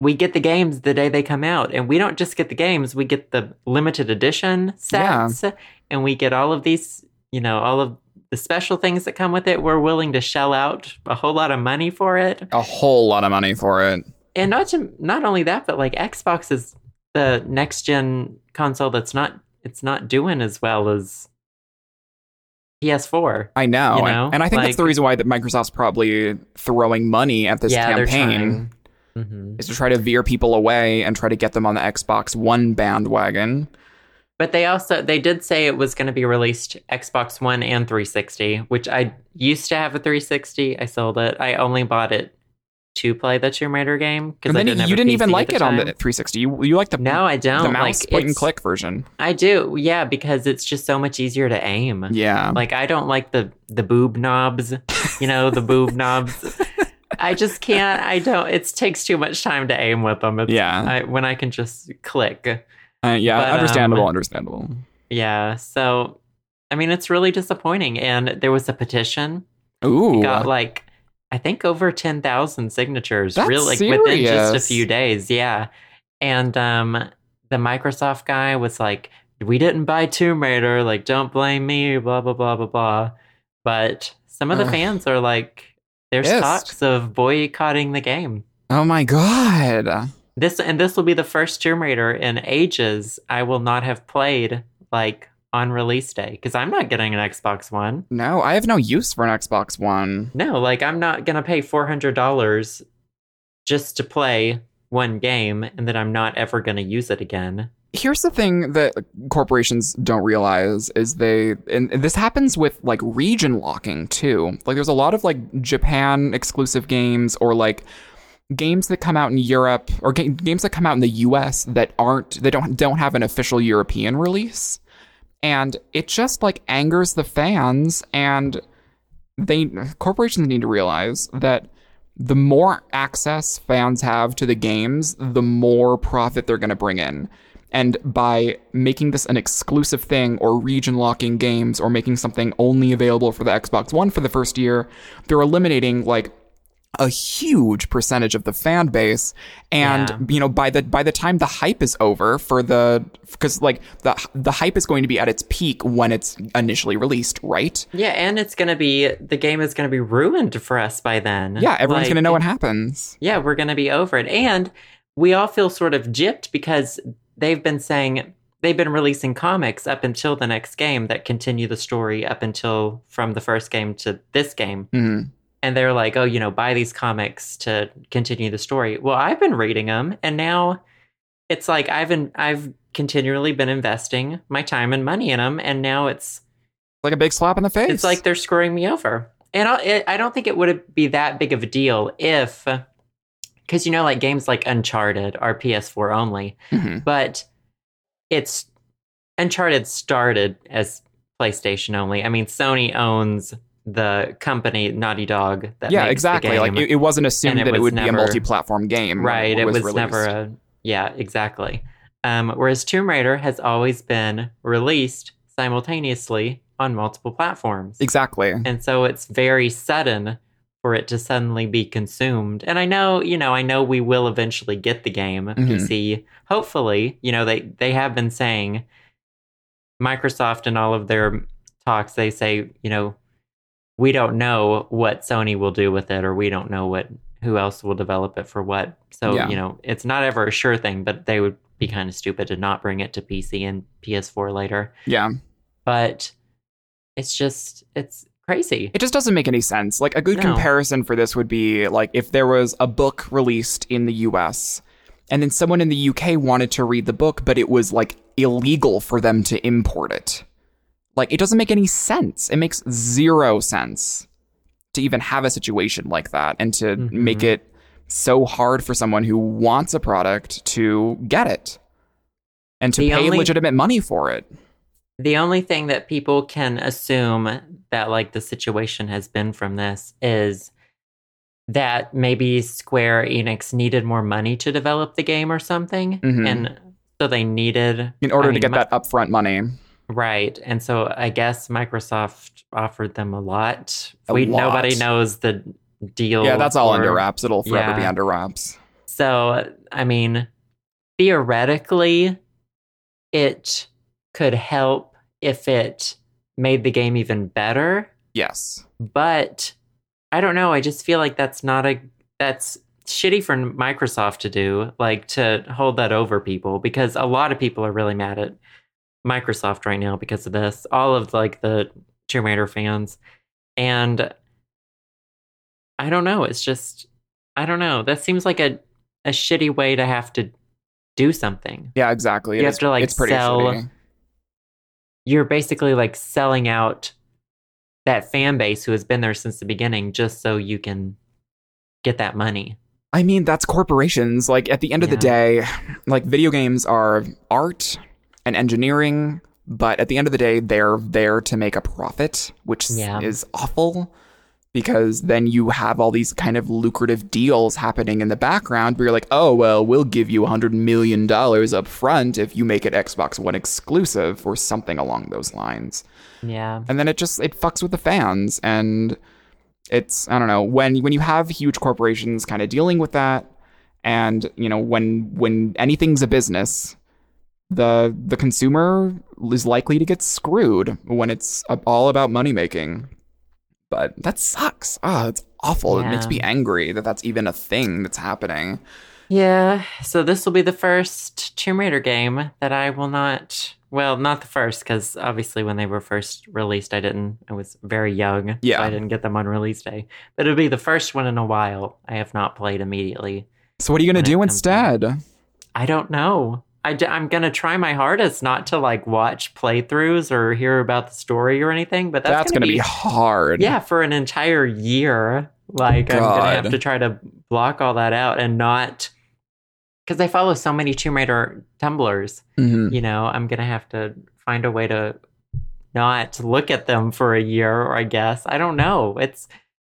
we get the games the day they come out, and we don't just get the games; we get the limited edition
Yeah.
sets, and we get all of these, you know, all of the special things that come with it. We're willing to shell out a whole lot of money for it
A whole lot of money for it.
and not to, not only that, but like Xbox is the next gen console that's not it's not doing as well as PS4.
I know.
You
and-
know,
and, I think that's the
like-
reason why that Microsoft's probably throwing money at this campaign
they're trying. Mhm.
is to try to veer people away and try to get them on the Xbox One bandwagon.
But they also they did say it was going to be released Xbox One and 360, which I used to have a 360. I sold it. I only bought it to play the Tomb Raider game because
And
I
then
didn't. have
you
a
didn't
PC
even
at
like it on the
time.
360. You, you like the
No, I don't.
the mouse
like,
point and
it's-
click version.
I do. Yeah, because it's just so much easier to aim.
Yeah.
Like I don't like the the boob knobs, you know, the boob knobs. I just can't. I don't. It takes too much time to aim with them. It's,
yeah.
I, when I can just click.
Uh, yeah.
but, um,
understandable. understandable.
Yeah. So, I mean, it's really disappointing. And there was a petition
Ooh.
got like I think over ten thousand signatures.
That's
really, like, within just a
serious.
few days. Yeah, and um, the Microsoft guy was like, "We didn't buy Tomb Raider. Like, don't blame me." Blah blah blah blah blah. But some of the
Ugh.
fans are like, "There's
Pissed.
talks of boycotting the game."
oh my god.
This and this will be the first Tomb Raider in ages I will not have played like on release day because I'm not getting an Xbox One.
No, I have no use for an Xbox One.
No, like I'm not gonna pay four hundred dollars just to play one game and then I'm not ever gonna use it again.
here's the thing that corporations don't realize is they and and this happens with like region locking too like there's a lot of like japan exclusive games or like games that come out in europe or ga- games that come out in the us that aren't they don't don't have an official european release and it just like angers the fans and they corporations need to realize that the more access fans have to the games, the more profit they're going to bring in. And by making this an exclusive thing or region locking games or making something only available for the Xbox One for the first year, they're eliminating like a huge percentage of the fan base and
Yeah.
you know by the by the time the hype is over for the cuz like the the hype is going to be at its peak when it's initially released right
Yeah, and it's gonna be the game is gonna be ruined for us by then.
yeah everyone's
Like,
going to know what happens
Yeah, we're gonna be over it. And we all feel sort of gypped because they've been saying they've been releasing comics up until the next game that continue the story up until from the first game to this game.
Mhm.
and they're like, "Oh, you know, buy these comics to continue the story." Well, I've been reading them, and now it's like I've been I've continually been investing my time and money in them, and now it's
like a big slap in the face.
it's like they're screwing me over. And I, it, I don't think it would be that big of a deal if, because you know, like games like Uncharted are PS4 only,
Mhm.
but it's Uncharted started as PlayStation only. I mean, Sony owns the company Naughty Dog that
yeah,
makes the
exactly.
game.
Like it, it wasn't assumed
And it
that it
was
would be a
never-
multi-platform game. when
Right. It was,
released.
never a. Yeah, exactly. Um, whereas Tomb Raider has always been released simultaneously on multiple platforms.
exactly.
And so it's very sudden for it to suddenly be consumed. And I know, you know, I know we will eventually get the game
Mhm.
PC. Hopefully, you know, they they have been saying Microsoft and all of their talks they say, you know, we don't know what Sony will do with it or we don't know what who else will develop it for what. So,
Yeah.
you know, it's not ever a sure thing, but they would be kind of stupid to not bring it to PC and PS4 later.
Yeah,
But it's just it's crazy.
it just doesn't make any sense. Like a good
No.
comparison for this would be like if there was a book released in the U.S. and then someone in the U.K. wanted to read the book, but it was like illegal for them to import it. Like it doesn't make any sense. It makes zero sense to even have a situation like that and to
Mhm.
make it so hard for someone who wants a product to get it and to
The
pay
only-
legitimate money for it.
The only thing that people can assume that like the situation has been from this is that maybe Square Enix needed more money to develop the game or something.
Mhm.
And so they needed
in
I
order to
mean,
get
mi-
that upfront money.
right. And so I guess Microsoft offered them a lot.
A
we
lot.
nobody knows the deal.
Yeah, that's all
or-
under wraps. It'll forever be
yeah.
under wraps.
So, I mean, theoretically, it could help if it made the game even better,
Yes.
but I don't know. I just feel like that's not a that's shitty for Microsoft to do, like to hold that over people because a lot of people are really mad at Microsoft right now because of this. All of like the Tomb Raider fans and I don't know. It's just I don't know. That seems like a a shitty way to have to do something.
Yeah, exactly.
You
It
have
is-
to, like,
it's pretty
sell-
shitty.
You're basically like selling out that fan base who has been there since the beginning just so you can get that money.
I mean, that's corporations. Like at the end of the
Yeah.
day, like video games are art and engineering, but at the end of the day, they're there to make a profit, which s-
Yeah.
is awful because then you have all these kind of lucrative deals happening in the background where you're like, "Oh, well, we'll give you 100 million dollars up front if you make it Xbox One exclusive or something along those lines."
Yeah.
and then it just it fucks with the fans and it's i don't know when when you have huge corporations kind of dealing with that and you know when when anything's a business the the consumer is likely to get screwed when it's a- all about money making but that sucks ah it's awful it makes
Yeah.
me angry that that's even a thing that's happening
Yeah. So this will be the first Tomb Raider game that I will not. Well, not the first, because obviously when they were first released, I didn't. I was very young. so
Yeah.
I didn't get them on release day. But it'll be the first one in a while I have not played immediately.
so what are you going
When
to
it
do
comes out.
instead
I don't know. I d- I'm going to try my hardest not to like watch playthroughs or hear about the story or anything, but that's,
that's,
going to be.
hard
Yeah, for an entire year. Like, I'm going to
God.
have to try to block all that out and not. Because I follow so many Tomb Raider tumblers,
Mhm.
you know, I'm going to have to find a way to not look at them for a year, or I guess. I don't know. It's.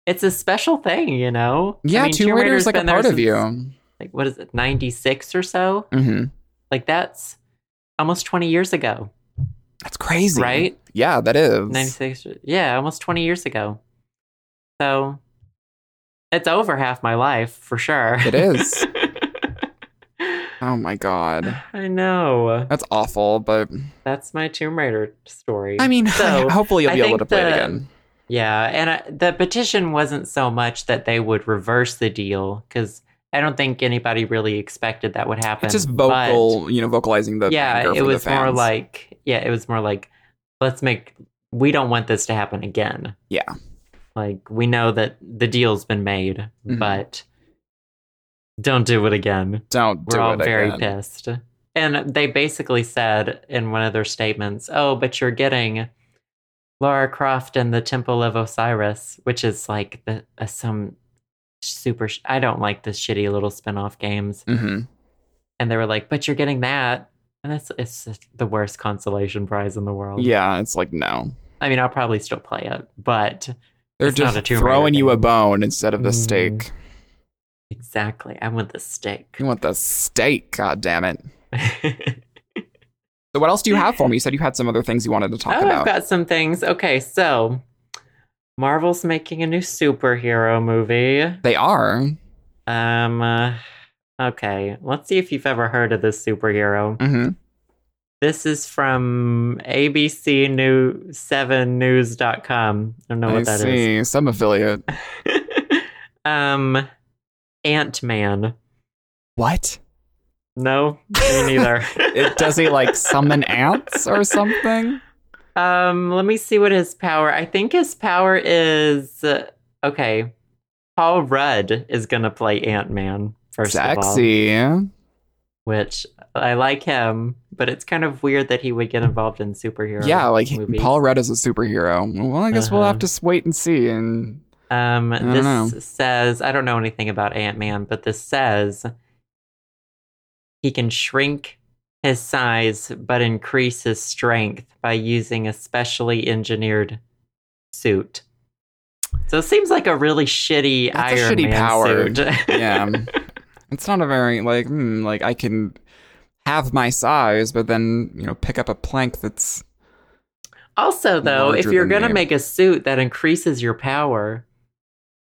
It's a special thing, you know.
yeah
I mean,
tomb raider's like a
been there
part of
since,
you
Like what is it, ninety six or so?
hmm
Like that's almost twenty years ago,
that's crazy
right?
yeah that is
96 yeah almost 20 years ago so it's over half my life for sure
It is. oh my god.
i know
That's awful, but
that's my tomb raider story
I mean,
So,
hopefully you'll
I
be able
think
to play it
the-
again.
yeah and I, the petition wasn't so much that they would reverse the deal because i don't think anybody really expected that would happen
It's just
but-
vocal, you know, vocalizing the anger
yeah
for
it
the
was more
fans.
like yeah it was more like let's make we don't want this to happen again
Yeah.
like we know that the deal's been made
Mhm.
but don't do it again
don't
we're
do
all
it
very
again.
pissed and they basically said in one of their statements oh but you're getting laura croft and the temple of osiris which is like the uh, some super sh- i don't like the shitty little spin-off games
Mhm.
and they were like, "But you're getting that," and that's it's just the worst consolation prize in the world.
Yeah, it's like no.
I mean, I'll probably still play it, but
They're
It's not
just
a Tomb Raider
throwing you a
game.
bone instead of the
Mhm.
steak.
exactly, I want the steak.
You want the steak, god damn it. So what else do you have for me? You said you had some other things you wanted to talk
oh,
about.
I've got some things. Okay, so Marvel's making a new superhero movie.
they are.
Um, uh, okay, let's see if you've ever heard of this superhero.
hmm
This is from ABC New Seven News.com. I don't know
I
what that is.
see. Some affiliate.
um, Ant Man.
What?
No, me neither.
It does he like summon ants or something?
um, let me see what his power. I think his power is uh, okay. Paul Rudd is gonna play Ant Man first of all,
Sexy.
which I like him, but it's kind of weird that he would get involved in superhero.
yeah, like
movies.
Paul Rudd is a superhero. Well, I guess we'll
Uh-huh.
have to s- wait and see. And
Um,
don't
this
know.
says I don't know anything about Ant Man, but this says he can shrink his size but increase his strength by using a specially engineered suit. So it seems like a really shitty
That's a
Iron
shitty
Man
power.
suit.
yeah, it's not a very like hmm, like I can have my size, but then you know pick up a plank that's
also, though, if
Larger
you're
than
gonna
me.
make a suit that increases your power,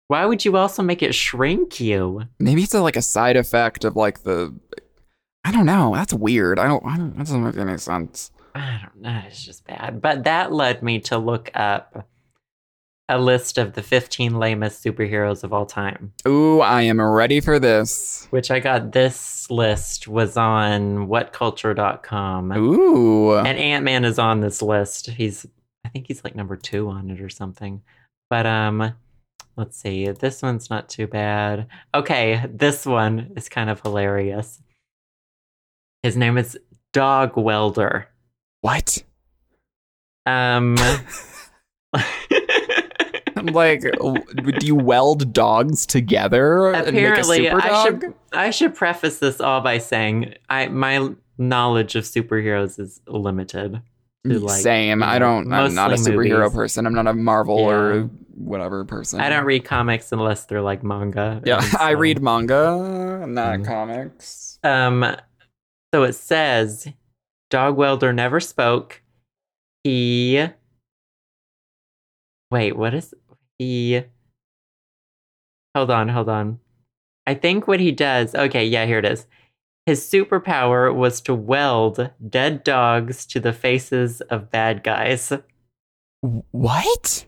why would you also make it shrink you?
maybe it's a, like a side effect of like the I don't know. That's weird. I don't. I don't that doesn't make any sense.
I don't know. It's just bad. But that led me to look up a list of the 15 lamest superheroes of all time,
Ooh, I am ready for this.
which I got this list was on whatculture.com.
Ooh,
And Ant Man is on this list. He's, I think he's like number two on it or something. But, um, let's see. This one's not too bad. Okay. This one is kind of hilarious. His name is Dog Welder.
what?
Um,
I'm like, w- do you weld dogs together
Apparently,
and make a super
I
dog?
should- I should preface this all by saying I my knowledge of superheroes is limited. to, like,
Mm, Same.
you
I
know,
don't. I'm not a
mostly
superhero
movies.
person. I'm not a Marvel
Yeah.
or whatever person.
I don't read comics unless they're like manga.
Yeah,
and
I
so-
read manga, not
Mhm.
comics.
Um, so it says Dog Welder never spoke. He. Wait, what is. He. Hold on, hold on. I think what he does. Okay, yeah, here it is. His superpower was to weld dead dogs to the faces of bad guys.
What?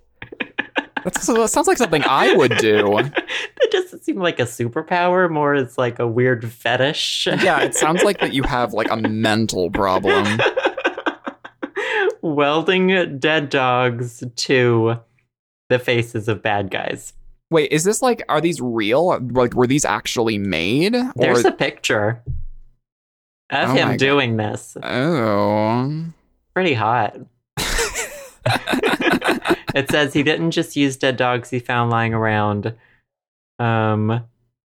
That's, so that sounds like something I would do.
that doesn't seem like a superpower, more it's like a weird fetish.
Yeah, it sounds like that you have like a mental problem.
Welding dead dogs to the faces of bad guys.
Wait, is this like are these real? Like were these actually made?
There's
or
a picture of
Oh my
him
God.
doing this.
oh.
Pretty hot. It says he didn't just use dead dogs he found lying around. Um,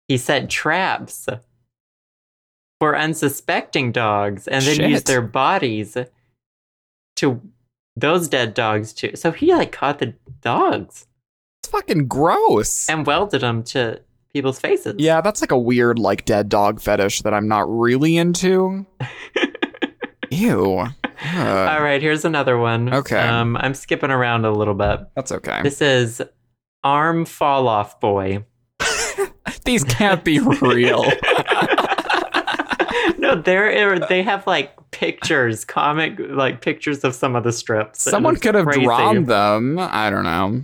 he set traps for unsuspecting dogs and then
Shit.
used their bodies to those dead dogs too. So he like caught the dogs
It's fucking gross.
and welded them to people's faces.
Yeah, that's like a weird like dead dog fetish that I'm not really into. Ew. Ugh.
All right, here's another one.
Okay.
Um, I'm skipping around a little bit.
That's okay.
This is Arm Fall Off Boy.
These can't be real.
no, they're they have like pictures, comic like pictures of some of the strips. and
Someone
it's
could have
crazy.
drawn them. I don't know.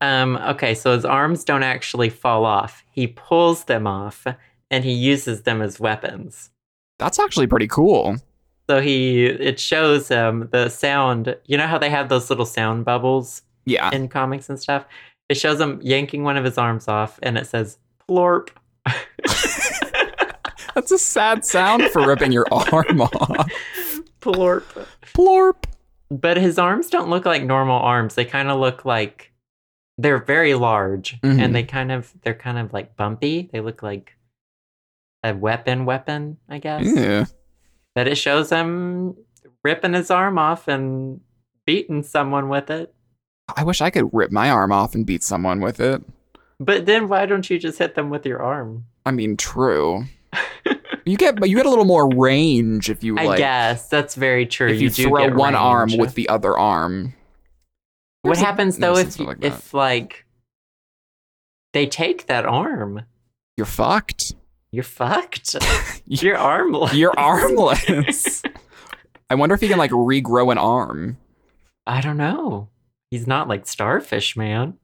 Um. Okay, so his arms don't actually fall off. He pulls them off, and he uses them as weapons.
That's actually pretty cool.
So he it shows him the sound. You know how they have those little sound bubbles
Yeah.
in comics and stuff. It shows him yanking one of his arms off, and it says "plorp."
That's a sad sound for ripping your arm off.
Plorp.
Plorp.
but his arms don't look like normal arms. They kind of look like they're very large
Mhm.
and they kind of they're kind of like bumpy. They look like a weapon weapon, I guess.
Ew.
But it shows him ripping his arm off and beating someone with it.
I wish I could rip my arm off and beat someone with it.
But then why don't you just hit them with your arm?
I mean, true. you get, but you get a little more range if you
I
like.
guess that's very true.
if you,
do
throw
get
one arm
range.
with the other arm.
What
There's a-
happens
no,
though if
something like that.
if like they take that arm?
you're fucked,
You're fucked. your arm.
you're armless. I wonder if you can like regrow an arm.
I don't know. He's not like Starfish Man.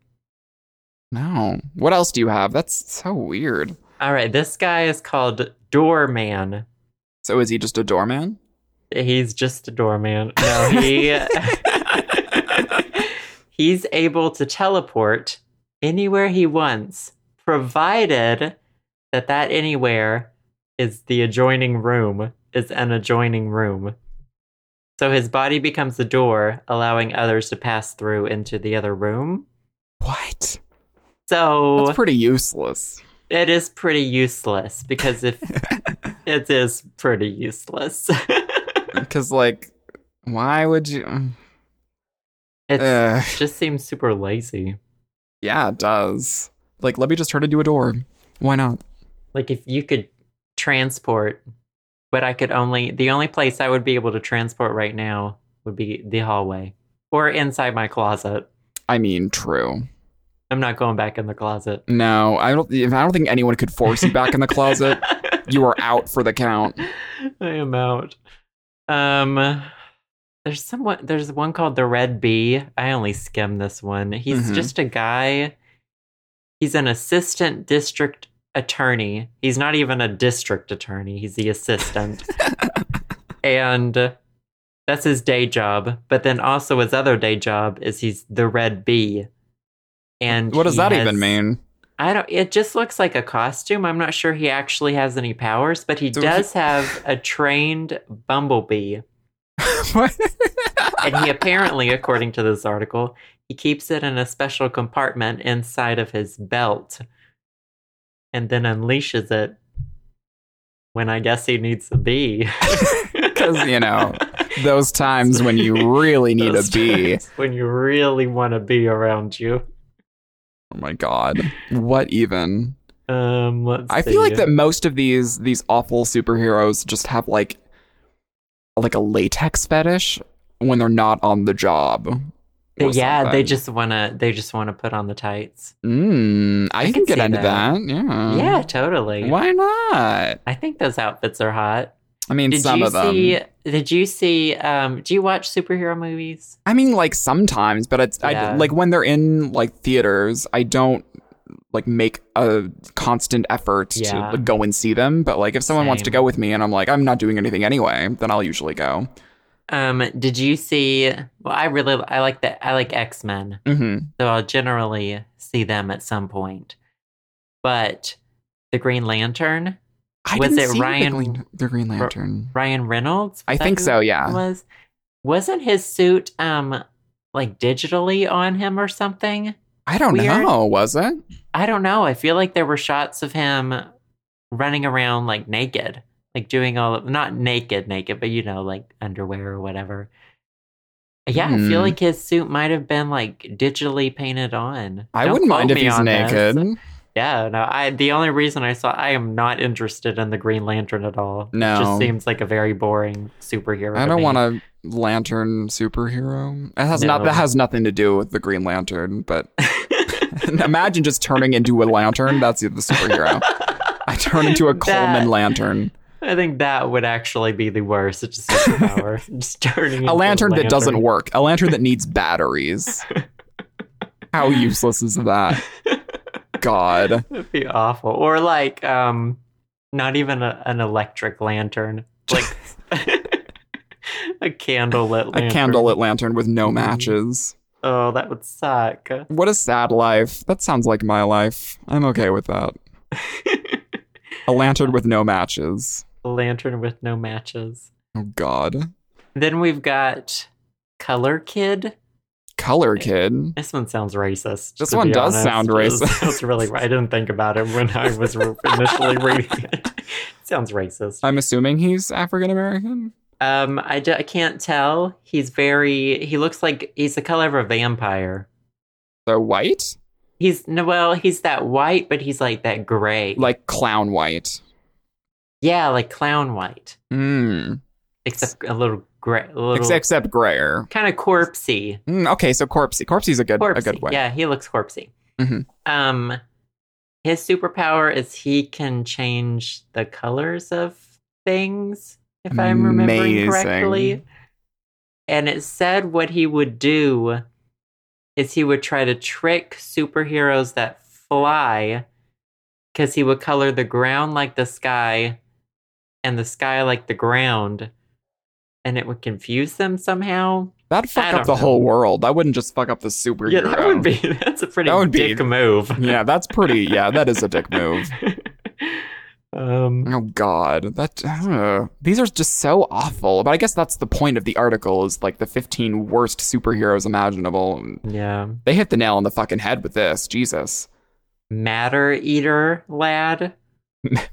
No. What else do you have? That's so weird.
All right, this guy is called Doorman.
So is he just a doorman?
He's just a doorman. No, he he's able to teleport anywhere he wants, provided that that anywhere is the adjoining room, is an adjoining room. So his body becomes the door, allowing others to pass through into the other room.
What?
So
That's pretty useless.
it is pretty useless because if it is pretty useless.
Because, like, why would you?
it
Uh,
just seems super lazy.
yeah, it does. Like, let me just try to do a door. Why not?
Like if you could transport, but I could only the only place I would be able to transport right now would be the hallway or inside my closet.
I mean, true.
I'm not going back in the closet.
No, I don't. I don't think anyone could force you back in the closet. You are out for the count.
I am out. Um, there's someone. There's one called the Red Bee. I only skimmed this one. He's
Mhm.
just a guy. He's an assistant district attorney. He's not even a district attorney. He's the assistant, and that's his day job. But then also his other day job is he's the Red Bee. And
What does
he
that
has-
even mean?
I don't. It just looks like a costume. I'm not sure he actually has any powers, but he
So he-
does have a trained bumblebee,
What?
and he apparently, according to this article, he keeps it in a special compartment inside of his belt, and then unleashes it when I guess he needs a bee.
Because you know those times when you really need
Those
a bee.
times when you really want a bee around you.
Oh my god. What even?
Um, let's
I feel like
see.
that most of these these awful superheroes just have like like a latex fetish when they're not on the job. or
yeah, they
something.
just wanna they just wanna put on the tights.
Mm, I,
can
can get
see
into
that.
that. Yeah.
Yeah, totally.
Why not?
I think those outfits are hot.
I mean,
Did
some
you
of them.
see? Did you see? Um, do you watch superhero movies?
I mean, like sometimes, but it's
Yeah.
I, like when they're in like theaters, I don't like make a constant effort to
Yeah.
like, go and see them. But like if someone wants to
Same.
go with me and I'm like, I'm not doing anything anyway, then I'll usually go.
Um, did you see? Well, I really I like that. I like X Men,
hmm
so I'll generally see them at some point. But the Green Lantern,
I
Was
didn't
it
see
Ryan-
the Green, the Green Lantern?
Ryan Reynolds.
I
was that
think
who
so. Yeah.
it Was wasn't his suit um like digitally on him or something?
I don't
Weird.
know. Was it?
I don't know. I feel like there were shots of him running around like naked, like doing all of, not naked, naked, but you know, like underwear or whatever. Yeah, I feel
Hmm.
like his suit might have been like digitally painted on.
I
Don't
wouldn't mind
quote
if
me
he's
on this.
naked.
Yeah, no. I the only reason I saw I am not interested in the Green Lantern at all.
No.
it just seems like a very boring superhero.
I don't
want
want a lantern superhero. It has
No.
not. That has nothing to do with the Green Lantern. But imagine just turning into a lantern. That's the superhero. I turn into a Coleman
That-
lantern,
I think that would actually be the worst. It's just superpower. just turning into
a lantern that doesn't work, a lantern that needs batteries. How useless is that? God,
That'd be awful. Or like, um, not even a, an electric lantern, like a candlelit
a
lantern.
candlelit lantern with no
Mhm.
matches.
Oh, that would suck.
What a sad life. That sounds like my life. I'm okay with that. A lantern with no matches.
lantern with no matches.
Oh God,
Then we've got Color Kid.
color kid.
This one sounds racist.
This
to
one
be
does
honest.
sound
This-
racist.
That's really. I didn't think about it when I was re- initially reading it. Sounds racist.
I'm assuming he's African American.
Um, I, d- I can't tell. He's very. He looks like he's the color of a vampire.
So white,
He's no, well, he's that white, but he's like that gray.
like clown white.
yeah, like clown white,
Mm.
except a little gray, a little
Ex- except grayer.
kind of corpsey.
Mm, okay, so corpsey. Corpsey's a good
Corpsey.
a good way.
Yeah, he looks corpsey.
Mhm.
Um, his superpower is he can change the colors of things, if I'm remembering
Amazing.
correctly. And it said what he would do is he would try to trick superheroes that fly because he would color the ground like the sky and the sky like the ground and it would confuse them somehow
That'd
I
fuck
don't
up the
know.
whole world. That wouldn't just fuck up the superhero.
Yeah, that would be that's a pretty
That would be-
dick move.
Yeah, that's pretty. Yeah, that is a dick move.
Um,
Oh God, that uh, these are just so awful. But I guess that's the point of the article is like the 15 worst superheroes imaginable. And
yeah.
They hit the nail on the fucking head with this. Jesus,
Matter Eater Lad.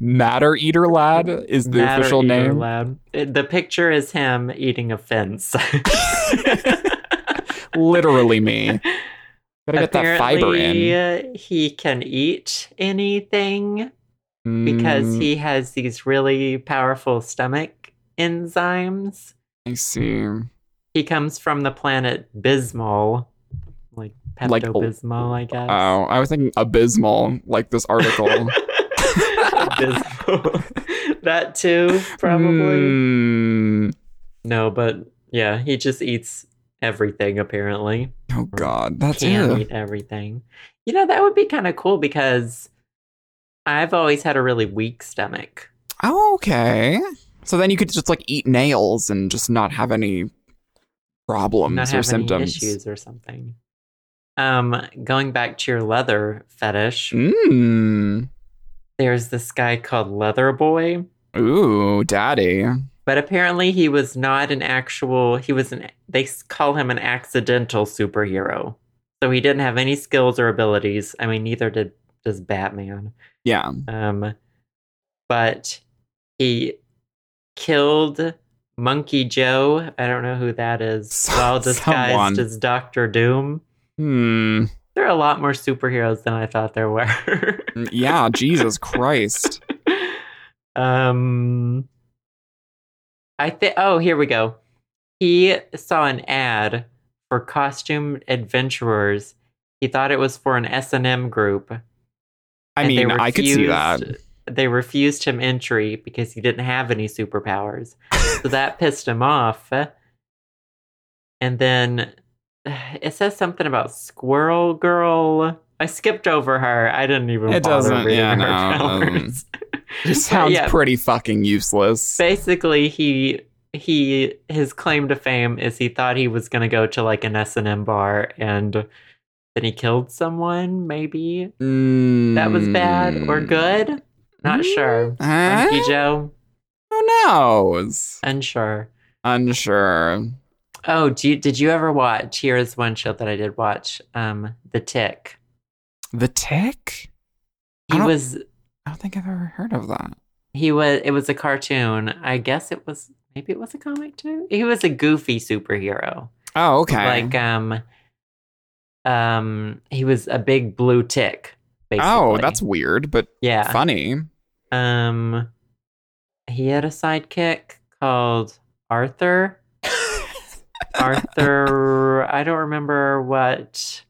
Matter Eater Lad is the
Matter
official
Eater
name.
Lad. It- the picture is him eating a fence.
Literally me. Gotta get that fiber in
Apparently, uh, he can eat anything because
Mm,
he has these really powerful stomach enzymes.
Mm, I see.
He comes from the planet Bismol, like
Like-
Pepto Bismol, I guess.
Oh, I was thinking abysmal, like this article.
Bismol. that too,
Hmm.
probably.
Mm.
No, but yeah, he just eats everything apparently.
Oh God, that's
Can
it.
eat everything. You know, that would be kind of cool because I've always had a really weak stomach.
Oh, okay. So then you could just like eat nails and just not have any problems
not have
or Um, symptoms.
any issues or something. Um, going back to your leather fetish,
Mm.
there's this guy called Leather Boy,
Ooh, daddy.
but apparently he was not an actual. He was an. They s- call him an accidental superhero, so he didn't have any skills or abilities. I mean, neither did does Batman.
Yeah.
Um, but he killed Monkey Joe. I don't know who that is. While disguised
Someone.
as Doctor Doom.
Hmm.
There are a lot more superheroes than I thought there were.
Yeah, Jesus Christ.
um, I think. Oh, here we go. He saw an ad for costume adventurers. He thought it was for an S and M group.
I
and they
mean, I could see that.
refused- They refused him entry because he didn't have any superpowers. so that pissed him off. And then it says something about Squirrel Girl. I skipped over her. I didn't even
It
bother
doesn't-
reading
yeah,
her
no, it doesn't.
powers.
It sounds
yeah.
pretty fucking useless.
Basically, he he his claim to fame is he thought he was going to go to like an S&M bar and then he killed someone maybe.
Hmm.
That was bad or
Mm.
good? Not
Mm.
sure.
Huh?
Monkey Joe,
Who knows?
unsure.
Unsure.
Oh, do you, did you ever watch? Here's one show that I did watch. Um, The Tick.
The tick? I
He
don't-
was
I don't think I've ever heard of that.
he was it was a cartoon. I guess it was maybe it was a comic too. He was a goofy superhero.
Oh, okay.
Like um um he was a big blue tick basically.
oh, that's weird, but
yeah.
funny.
Um he had a sidekick called Arthur. Arthur, I don't remember what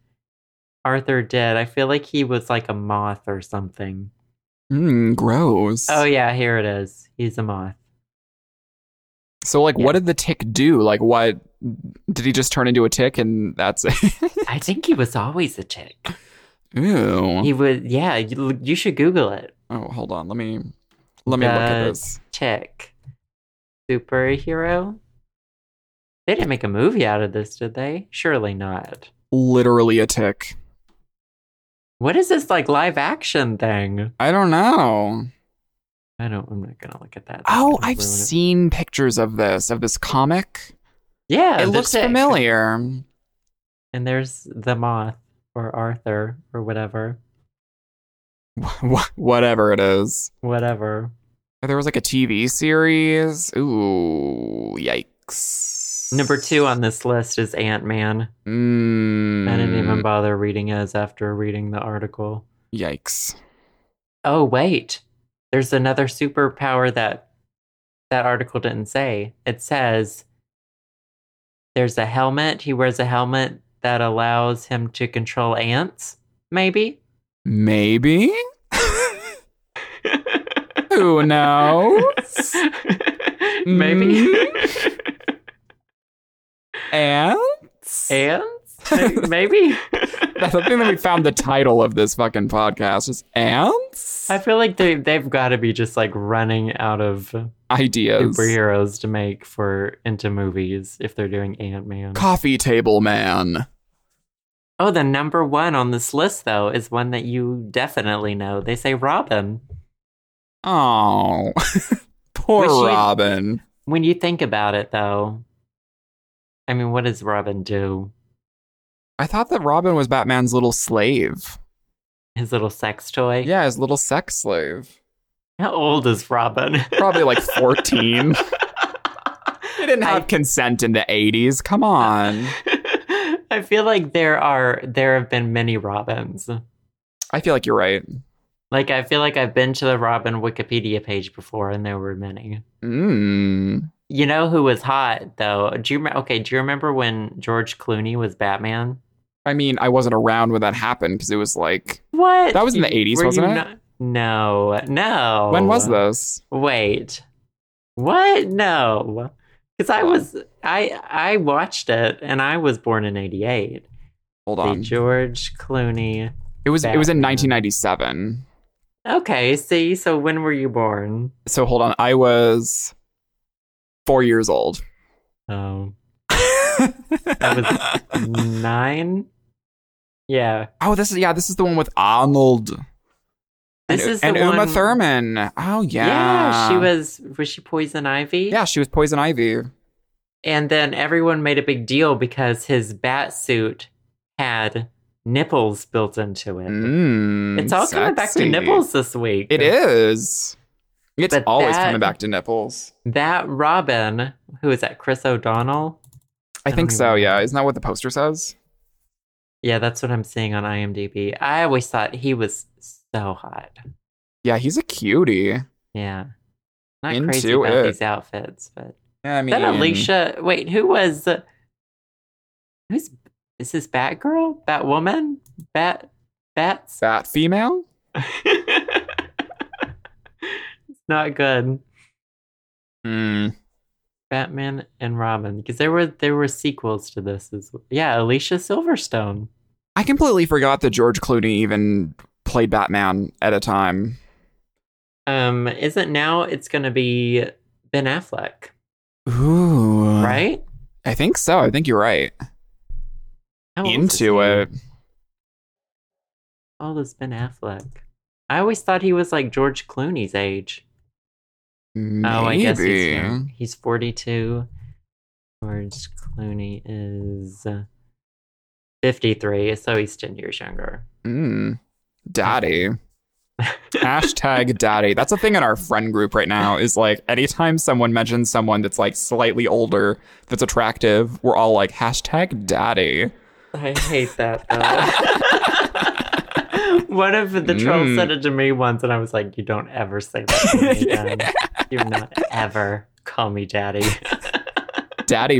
Arthur did. I feel like he was like a moth or something.
Mm, gross.
Oh yeah, here it is. He's a moth.
So, like,
Yeah.
what did the tick do? Like, what did he just turn into a tick and that's it?
I think he was always a tick.
Ew.
He was yeah, you, you should google it.
oh, hold on. Let me let me look at
The-
this.
Tick. Superhero? They didn't make a movie out of this, did they? Surely not.
Literally a tick.
What is this like live action thing?
I don't know.
I don't. I'm not gonna look at that. That's
Oh,
gonna
I've
ruin it.
seen pictures of this of this comic.
Yeah,
it
Oh, the
looks
tick.
familiar.
And there's the moth or Arthur or whatever,
Wh- wh- Whatever it is.
whatever.
There was like a TV series. Ooh, yikes.
Number two on this list is Ant Man.
Mm,
I didn't even bother reading as after reading the article.
Yikes.
Oh wait, there's another superpower that that article didn't say. It says there's a helmet. He wears a helmet that allows him to control ants. Maybe.
Maybe? Who knows?
Maybe. Mm-hmm.
Ants?
Ants? May- Maybe.
I think that we found the title of this fucking podcast is Ants?
I feel like they, they've got to be just like running out of
Ideas.
superheroes to make for into movies if they're doing Ant Man.
Coffee Table Man.
Oh, the number one on this list, though, is one that you definitely know. They say Robin.
Oh, poor
But she-
Robin.
When you think about it, though, I mean, what does Robin do?
I thought that Robin was Batman's little slave.
His little sex toy.
Yeah, his little sex slave.
How old is Robin?
Probably like 14. They didn't have
I-
consent in the 80s. Come on.
I feel like there are there have been many Robins.
I feel like you're right.
Like I feel like I've been to the Robin Wikipedia page before, and there were many.
Mm.
You know who was hot though? Do you rem- okay? Do you remember when George Clooney was Batman?
I mean, I wasn't around when that happened because it was like,
What?
That was in the 80s,
Were you
wasn't it?
not- no, no.
when was this?
Wait, what? No, because I was I I watched it, and I was born in '88.
Hold
The
on.
George Clooney.
It was it was in
Batman.
1997.
Okay, see, so when were you born?
So hold on. I was 4 years old.
Oh, I nine. Yeah,
oh, this is yeah, this is the one with Arnold.
this
and,
is
and
the
Uma
one-
Thurman. Oh yeah.
Yeah, she was. Was she Poison Ivy?
Yeah, she was Poison Ivy.
And then everyone made a big deal because his bat suit had nipples built into it.
Mm,
it's all coming back to
sexy.
nipples this week.
It is. It's
But
always
that-
coming back to nipples.
That Robin, who is that? Chris O'Donnell?
I
I
think
don't
so,
even-
yeah. Isn't that what the poster says?
Yeah, that's what I'm seeing on IMDb. I always thought he was so hot.
Yeah, he's a cutie.
Yeah. Not
Into
crazy about
it.
these outfits, but
Yeah, eh? I mean,
that Alicia. Wait, who was? Who's is this Batgirl? Batwoman? Bat? Bats?
Fat female?
It's Not good. Hmm.
Mm.
Batman and Robin, because there were there were sequels to this. As Yeah, Alicia Silverstone.
I completely forgot that George Clooney even played Batman at a time.
Um, isn't now it's going to be Ben Affleck,
Ooh.
right?
I think so. I think you're right.
How old is
Into
he?
it.
How old is Ben Affleck? I always thought he was like George Clooney's age.
Maybe.
Oh, I guess he's young. He's 42. George Clooney is 53, so he's 10 years younger.
Mm. Daddy. Hashtag daddy. That's a thing in our friend group right now is like anytime someone mentions someone that's like slightly older, that's attractive, we're all like, hashtag daddy.
I hate that though. One of the trolls
Mm.
said it to me once, and I was like, "You don't ever say that to me again. Do not ever call me daddy.
Daddy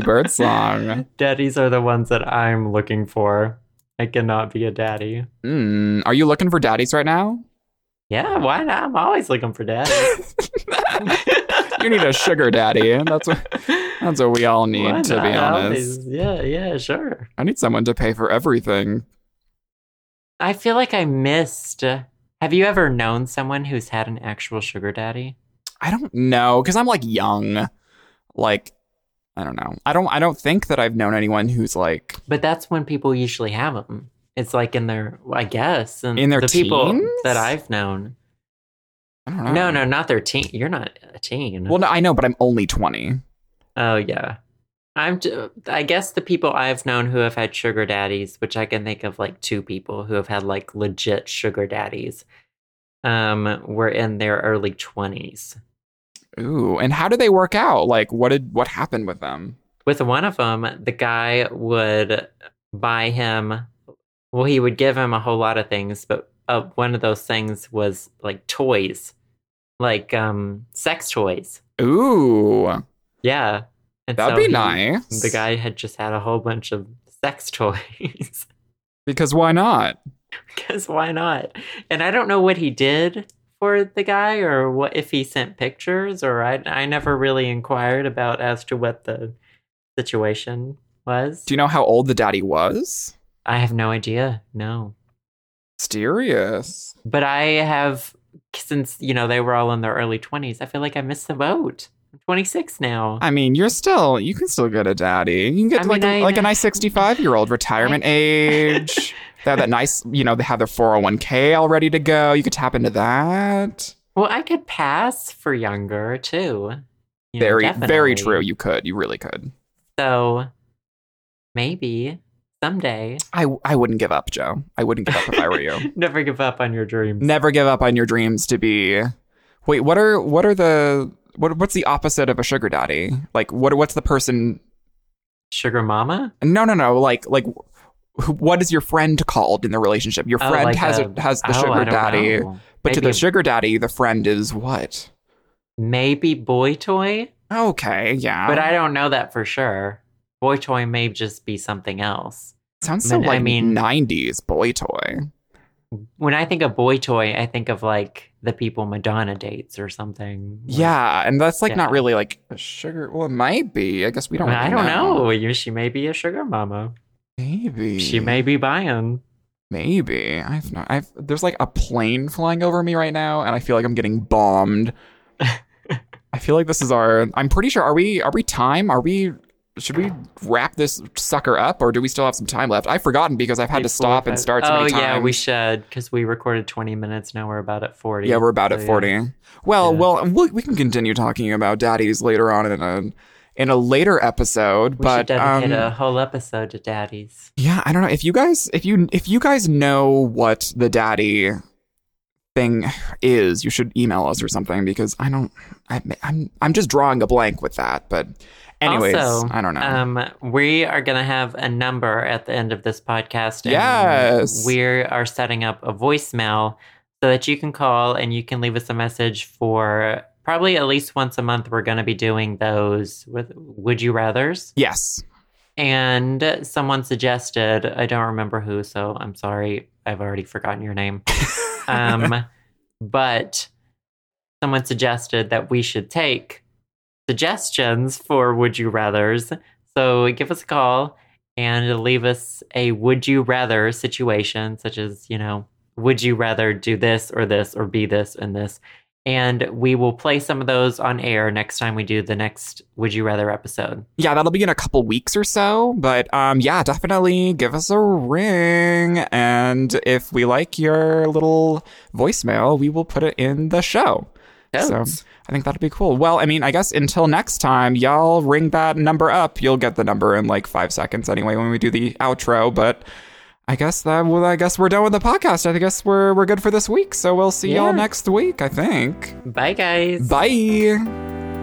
birdsong.
Daddies are the ones that I'm looking for. I cannot be a daddy.
Mm. Are you looking for daddies right now?
Yeah, why not? I'm always looking for daddy.
You need a sugar daddy. That's what that's what we all need, to be honest.
Yeah, yeah, sure.
I need someone to pay for everything.
I feel like I missed. uh, Have you ever known someone who's had an actual sugar daddy?
I don't know because I'm like young. Like, I don't know. I don't. I don't think that I've known anyone who's like
But that's when people usually have them. It's like in their, I guess, and
In their
the people
teens?
that I've known.
I don't know.
No, no, not their teen. You're not a teen.
Well, no, I know, but I'm only twenty.
oh yeah, I'm. T- I guess the people I've known who have had sugar daddies, which I can think of like two people who have had like legit sugar daddies, um, were in their early twenties.
Ooh, and how did they work out? Like, what did what happened with them?
with one of them, the guy would buy him, well, he would give him a whole lot of things, but uh, one of those things was like toys, like um, sex toys.
Ooh,
Yeah. And
that'd
so
be
he-
nice.
The guy had just had a whole bunch of sex toys
because why not?
because why not? And I don't know what he did for the guy or what if he sent pictures or I, I never really inquired about as to what the situation was.
Do you know how old the daddy was?
I have no idea. No.
Mysterious.
But I have, since, you know, they were all in their early 20s, I feel like I missed the boat. I'm 26 now.
I mean, you're still you can still get a daddy. You can get
I
like
mean,
a
I-
like a nice sixty five year old retirement oh age. They have that nice, you know, they have their four hundred one k all ready to go. You could tap into that.
Well, I could pass for younger too. You know,
very,
definitely.
very true. You could. You really could.
So maybe someday.
I, I wouldn't give up, Joe. I wouldn't give up if I were you.
Never give up on your dreams.
Never give up on your dreams to be. Wait, what are what are the what what's the opposite of a sugar daddy? Like what what's the person?
Sugar mama?
No, no, no. Like like wh- what is your friend called in the relationship? Your
Oh,
friend
like
has
a-
a, has the
Oh, I
sugar
don't
daddy,
know.
but to the
Maybe-
sugar daddy, the friend is what?
Maybe boy toy,
Okay, yeah.
but I don't know that for sure. Boy toy may just be something else.
sounds so
I
like
mean-
'90s boy toy.
When I think of boy toy, I think of like the people Madonna dates or something. Like,
Yeah, and that's like not
Yeah.
really like a sugar. Well, it might be. I guess
I,
we don't.
mean, I
really
don't know. You- She may be a sugar mama.
Maybe
She may be buying.
Maybe I've not. I've there's like a plane flying over me right now, and I feel like I'm getting bombed. I feel like this is our. I'm pretty sure. Are we? Are we time? Are we? Should we wrap this sucker up, or do we still have some time left? I've forgotten because I've had to stop and start so
oh,
many times.
yeah, we should because we recorded 20 minutes. Now we're about at 40.
Yeah, we're about
So,
at
Oh, yeah.
forty. Well,
Yeah.
well, we we can continue talking about daddies later on in a in a later episode.
We should
but
dedicate
um,
a whole episode to daddies.
Yeah, I don't know if you guys if you if you guys know what the daddy thing is, you should email us or something because I don't I, I'm I'm just drawing a blank with that. But anyways,
Also,
I don't know.
Um, we are going to have a number at the end of this podcast. and
Yes.
We are setting up a voicemail so that you can call and you can leave us a message for probably at least once a month. We're going to be doing those with Would You Rathers.
yes,
And someone suggested, I don't remember who, so I'm sorry. I've already forgotten your name. um, but someone suggested that we should take suggestions for would you rather's. So give us a call and leave us a would you rather situation, such as, you know, would you rather do this or this or be this and this? And we will play some of those on air next time we do the next Would You Rather episode.
yeah, that'll be in a couple weeks or so. But um, yeah, definitely give us a ring, and if we like your little voicemail, we will put it in the show. So I think that'd be cool. Well, I mean, I guess until next time, y'all ring that number up. You'll get the number in like five seconds anyway when we do the outro. But I guess that well, I guess we're done with the podcast. I guess we're we're good for this week. So we'll see
Yeah.
y'all next week. I think.
Bye, guys.
Bye.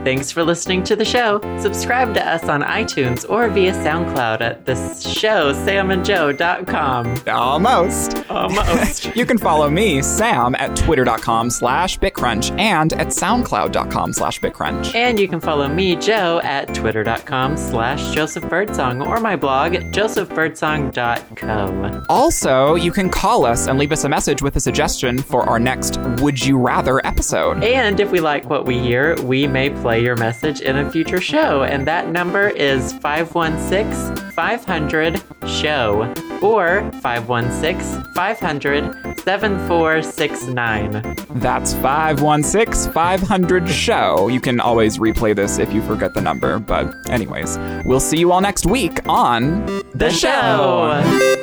Thanks for listening to the show. Subscribe to us on iTunes or via SoundCloud at the show samandjoe.com.
Almost.
Almost.
You can follow me, Sam, at twitter.com slash bitcrunch and at soundcloud.com slash bitcrunch.
and you can follow me, Joe, at twitter.com slash josephbirdsong or my blog, josephbirdsong.co.
Also, you can call us and leave us a message with a suggestion for our next Would You Rather episode.
And if we like what we hear, we may play your message in a future show. And that number is 516 500 SHOW or 516 500 7469.
That's 516 500 show. You can always replay this if you forget the number, but, anyways, we'll see you all next week on
the show.